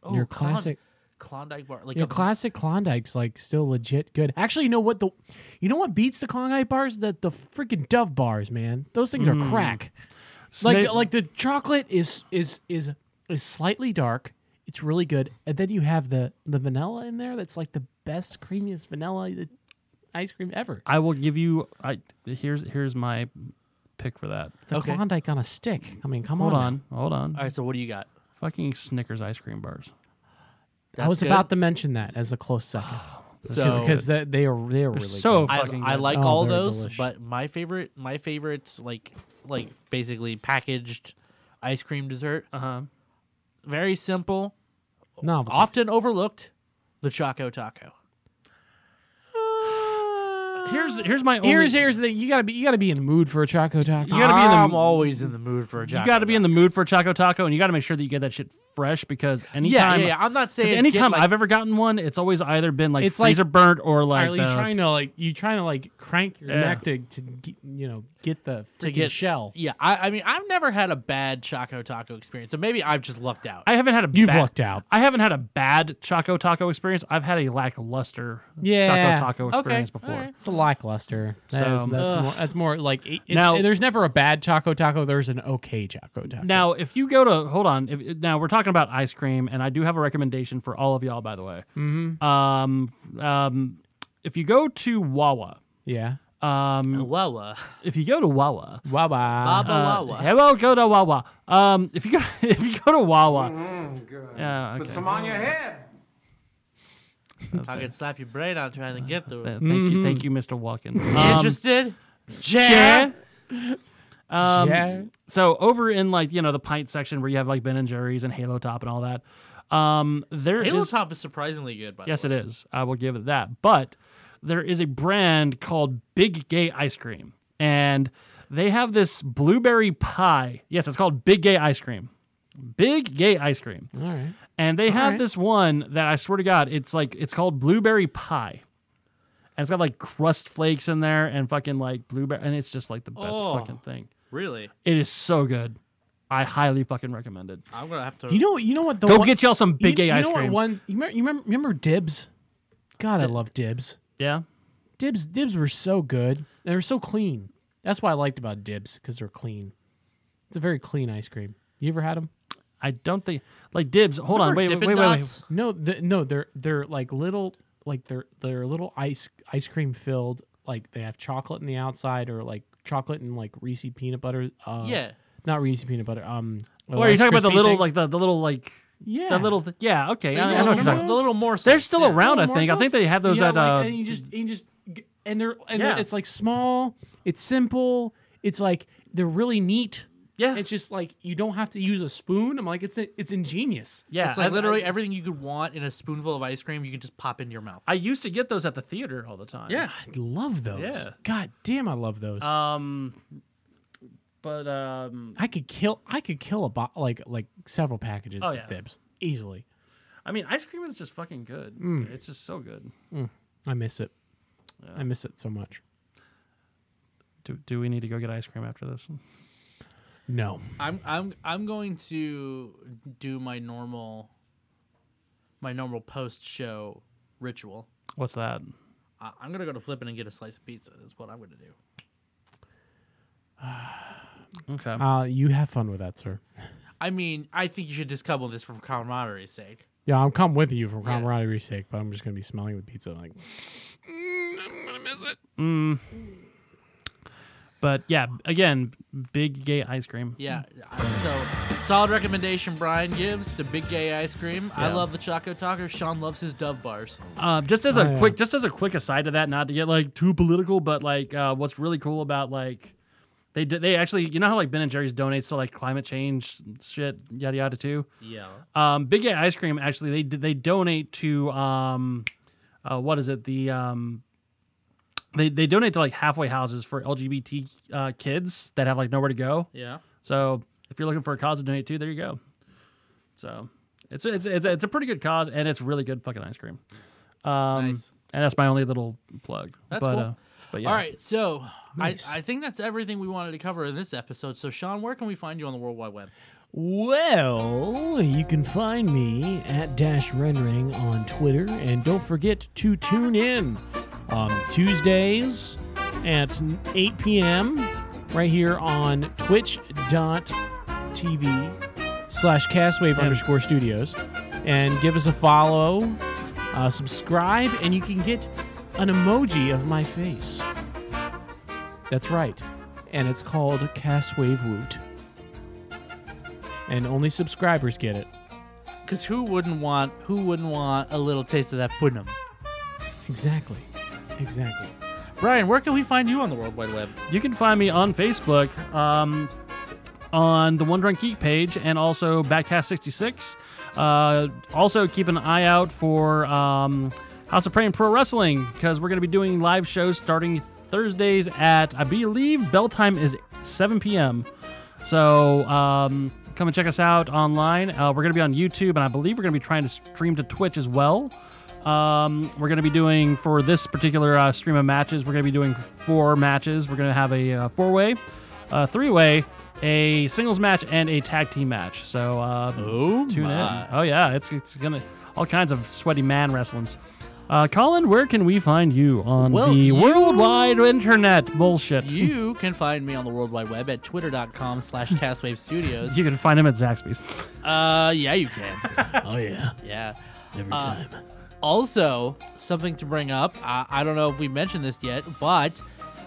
Oh, Your Klon- classic- Klondike bar, like Your a- classic Klondike's like still legit good. Actually, you know what the, you know what beats the Klondike bars? The the freaking Dove bars, man. Those things are crack. Like Sna- like the chocolate is is is is slightly dark. It's really good, and then you have the the vanilla in there. That's like the best creamiest vanilla that- ice cream ever. I will give you. I here's here's my pick for that. It's a Okay. Klondike on a stick. I mean, come Hold on. now. on. Hold on. All right, so what do you got? Fucking Snickers ice cream bars. I was good. about to mention that as a close second So because they are they are really so good. I, fucking. I good. like Oh, all they're those, delish. but my favorite, my favorite, like, like basically packaged ice cream dessert. Uh huh. Very simple, novelty. often overlooked. The Choco Taco. Here's here's my. Only, Uh, Here's here's the thing. You gotta be you gotta be in the mood for a choco taco. You gotta be in the- I'm always in the mood for a Choco. you got to be in the mood for a Choco Taco, and you got to make sure that you get that shit fresh because Yeah, anytime yeah, yeah. I'm not saying Because get, anytime like- I've ever gotten one, it's always either been like It's it's like- freezer burnt or like Are you the- trying to like you trying to like crank your Yeah. neck to, to get, you know get the freaking get- shell? Yeah, I, I mean, I've never had a bad Choco Taco experience, so maybe I've just lucked out. I haven't had a You've bad, lucked out. I haven't had a bad Choco Taco experience. I've had a lackluster Yeah. Choco Taco Okay, experience before. all right. It's a lackluster. That is- So- that's, Ugh. more, that's more like it- it's, Now- there's never a bad Choco Taco. There's an okay Choco Taco. Now, if you go to hold on, if, now we're talking about ice cream, and I do have a recommendation for all of y'all, by the way. Mm-hmm. Um, um, if you go to Wawa, yeah. um, Wawa. if you go to Wawa, Bye bye. Baba uh, Wawa. hello, go to Wawa. Um, if you go, [LAUGHS] if you go to Wawa, yeah, okay. I could slap your brain out trying to get through Th- it. Thank you, thank you, Mr. Walken. Uh, Interested? yeah. Um, Yeah. So over in like you know the pint section where you have like Ben and Jerry's and Halo Top and all that, um, there Halo is- Top is surprisingly good, by yes, the it way. is. I will give it that. But there is a brand called Big Gay Ice Cream, and they have this blueberry pie. Yes, it's called Big Gay Ice Cream. Big Gay Ice Cream. All right. And they have this one that I swear to God, it's like it's called blueberry pie. And it's got like crust flakes in there and fucking like blueberry and it's just like the best Oh. fucking thing. Really? It is so good. I highly fucking recommend it. I'm going to have to. You know you know what the Go one, get y'all some you, big A you ice know what cream. one you remember, you remember, remember dibs? God, I love dibs. yeah. Dibs dibs were so good. They were so clean. That's why I liked about dibs because they're clean. It's a very clean ice cream. You ever had them? I don't think like dibs. Hold on, Remember wait, wait, Dippin' wait, wait, wait. Dots? No, the, no, they're they're like little like they're they're little ice ice cream filled. Like they have chocolate in the outside, or like chocolate and like Reese peanut butter. Uh, Yeah. not Reese peanut butter. Um, Or Oh, are you Rice talking about the Krispie little things? like the, the little like yeah, the little th- yeah okay I- Yeah, I know the what you're remember talking little- about. the little morsels. They're still yeah. around. I Little think I morsels? think they have those Yeah, at like, uh, and you just you just g- and they're and Yeah. they're, it's like small. It's simple. It's like they're really neat. yeah It's just like you don't have to use a spoon. I'm like it's it's ingenious. yeah It's like I- literally I- everything you could want in a spoonful of ice cream, you can just pop into your mouth. I used to get those at the theater all the time. yeah. I love those. Yeah. God damn, I love those. Um, but um, I could kill. I could kill a bo- like like several packages Oh, of yeah. Thibs easily. I mean, ice cream is just fucking good. It's just so good. I miss it. I miss it so much. Do Do we need to go get ice cream after this? No, I'm I'm I'm going to do my normal my normal post show ritual. What's that? I, I'm gonna go to Flippin' and get a slice of pizza. Is what I'm gonna do. Okay. uh, you have fun with that, sir. I mean, I think you should discouple this from camaraderie's sake. Yeah, I'm come with you for camaraderie's sake, but I'm just gonna be smelling the pizza. Like, but yeah, again, big gay ice cream. Yeah. I- So solid recommendation Brian gives to Big Gay Ice Cream. I love the Choco Taco. Sean loves his Dove bars. Uh, just as a Oh, yeah. quick, just as a quick aside to that, not to get like too political, but like uh, what's really cool about like they d- they actually you know how like Ben and Jerry's donates to like climate change shit yada yada too. Yeah. Um, Big A Ice Cream actually they d- they donate to um, uh, what is it the um, they they donate to like halfway houses for LGBT uh, kids that have like nowhere to go. Yeah. So if you're looking for a cause to donate to, there you go. So it's it's it's, it's a pretty good cause and it's really good fucking ice cream. Um, Nice. And that's my only little plug. That's but, cool. Uh, but yeah. All right. So I, I think that's everything we wanted to cover in this episode. So Sean, where can we find you on the World Wide Web? well, you can find me at Dash Rendering on Twitter, and don't forget to tune in um, Tuesdays at 8 p.m. right here on Twitch.tv slash castwave underscore studios and give us a follow uh, subscribe and you can get an emoji of my face that's right and it's called castwave woot and only subscribers get it Because who wouldn't want who wouldn't want a little taste of that pudding? exactly exactly Brian, where can we find you on the World Wide Web? You can find me on Facebook, um, on the One Drunk Geek page, and also Backcast66. Uh, also, keep an eye out for um, House of Praying Pro Wrestling because we're going to be doing live shows starting Thursdays at, I believe, bell time is 7 p.m. So um, Come and check us out online. Uh, we're going to be on YouTube, and I believe we're going to be trying to stream to Twitch as well. Um, we're going to be doing for this particular uh, stream of matches. We're going to be doing four matches. We're going to have a uh, four-way, uh, three-way, a singles match, and a tag team match. So uh, Oh tune my. in. Oh yeah, it's it's gonna all kinds of sweaty man wrestlings. Uh, Colin, where can we find you on Well, the you- worldwide internet bullshit? You [LAUGHS] can find me on the World Wide Web at twitter.com slash Castwave Studios. You can find him at Zaxby's. Uh, yeah, you can. [LAUGHS] Oh yeah, Yeah. every Uh, time. Also, something to bring up. I, I don't know if we mentioned this yet, but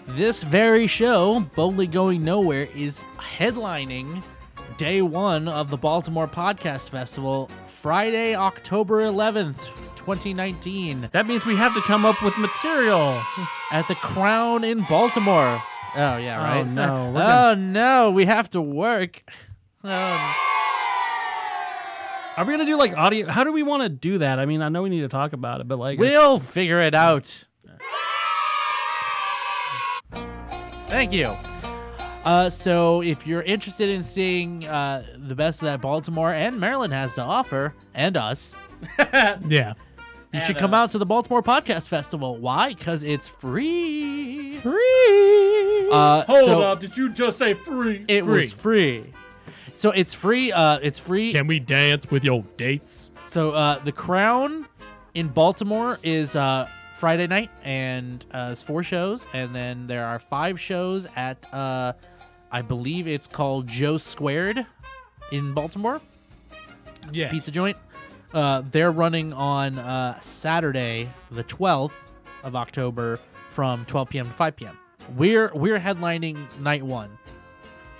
this very show, Boldly Going Nowhere, is headlining day one of the Baltimore Podcast Festival, Friday, October 11th, 2019, That means we have to come up with material. at the Crown in Baltimore. Oh, yeah, right? [LAUGHS] no, we're oh, no. We have to work. Um, Are we gonna do like audio? How do we want to do that? I mean, I know we need to talk about it, but like, we'll figure it out. Thank you. Uh, so, if you're interested in seeing uh, the best that Baltimore and Maryland has to offer, and us, Yeah. you should come out to the Baltimore Podcast Festival. Why? Because it's free. Free. Uh, so Did you just say free? It Free. was free. So it's free. Uh, it's free. Can we dance with your dates? So uh, the Crown in Baltimore is uh, Friday night, and uh, it's four shows, and then there are five shows at uh, I believe it's called Joe Squared in Baltimore Yeah. pizza joint. Uh, they're running on uh, Saturday, the 12th of October, from 12 p.m. to 5 p.m. We're we're headlining night one,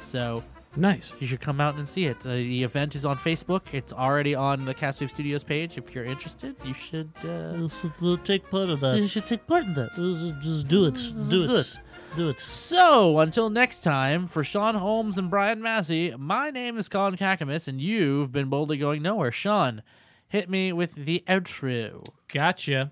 so Nice. you should come out and see it. The, the event is on Facebook. It's already on the Castwave Studios page. If you're interested, you should uh, Take part of you that. Uh, should take part in that. Just, just do it. Do do it. Do it. So until next time, for Sean Holmes and Brian Massey, my name is Colin Kakamis, and you've been boldly going nowhere. Sean, hit me with the outro. Gotcha.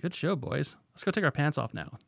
Good show, boys. Let's go take our pants off now.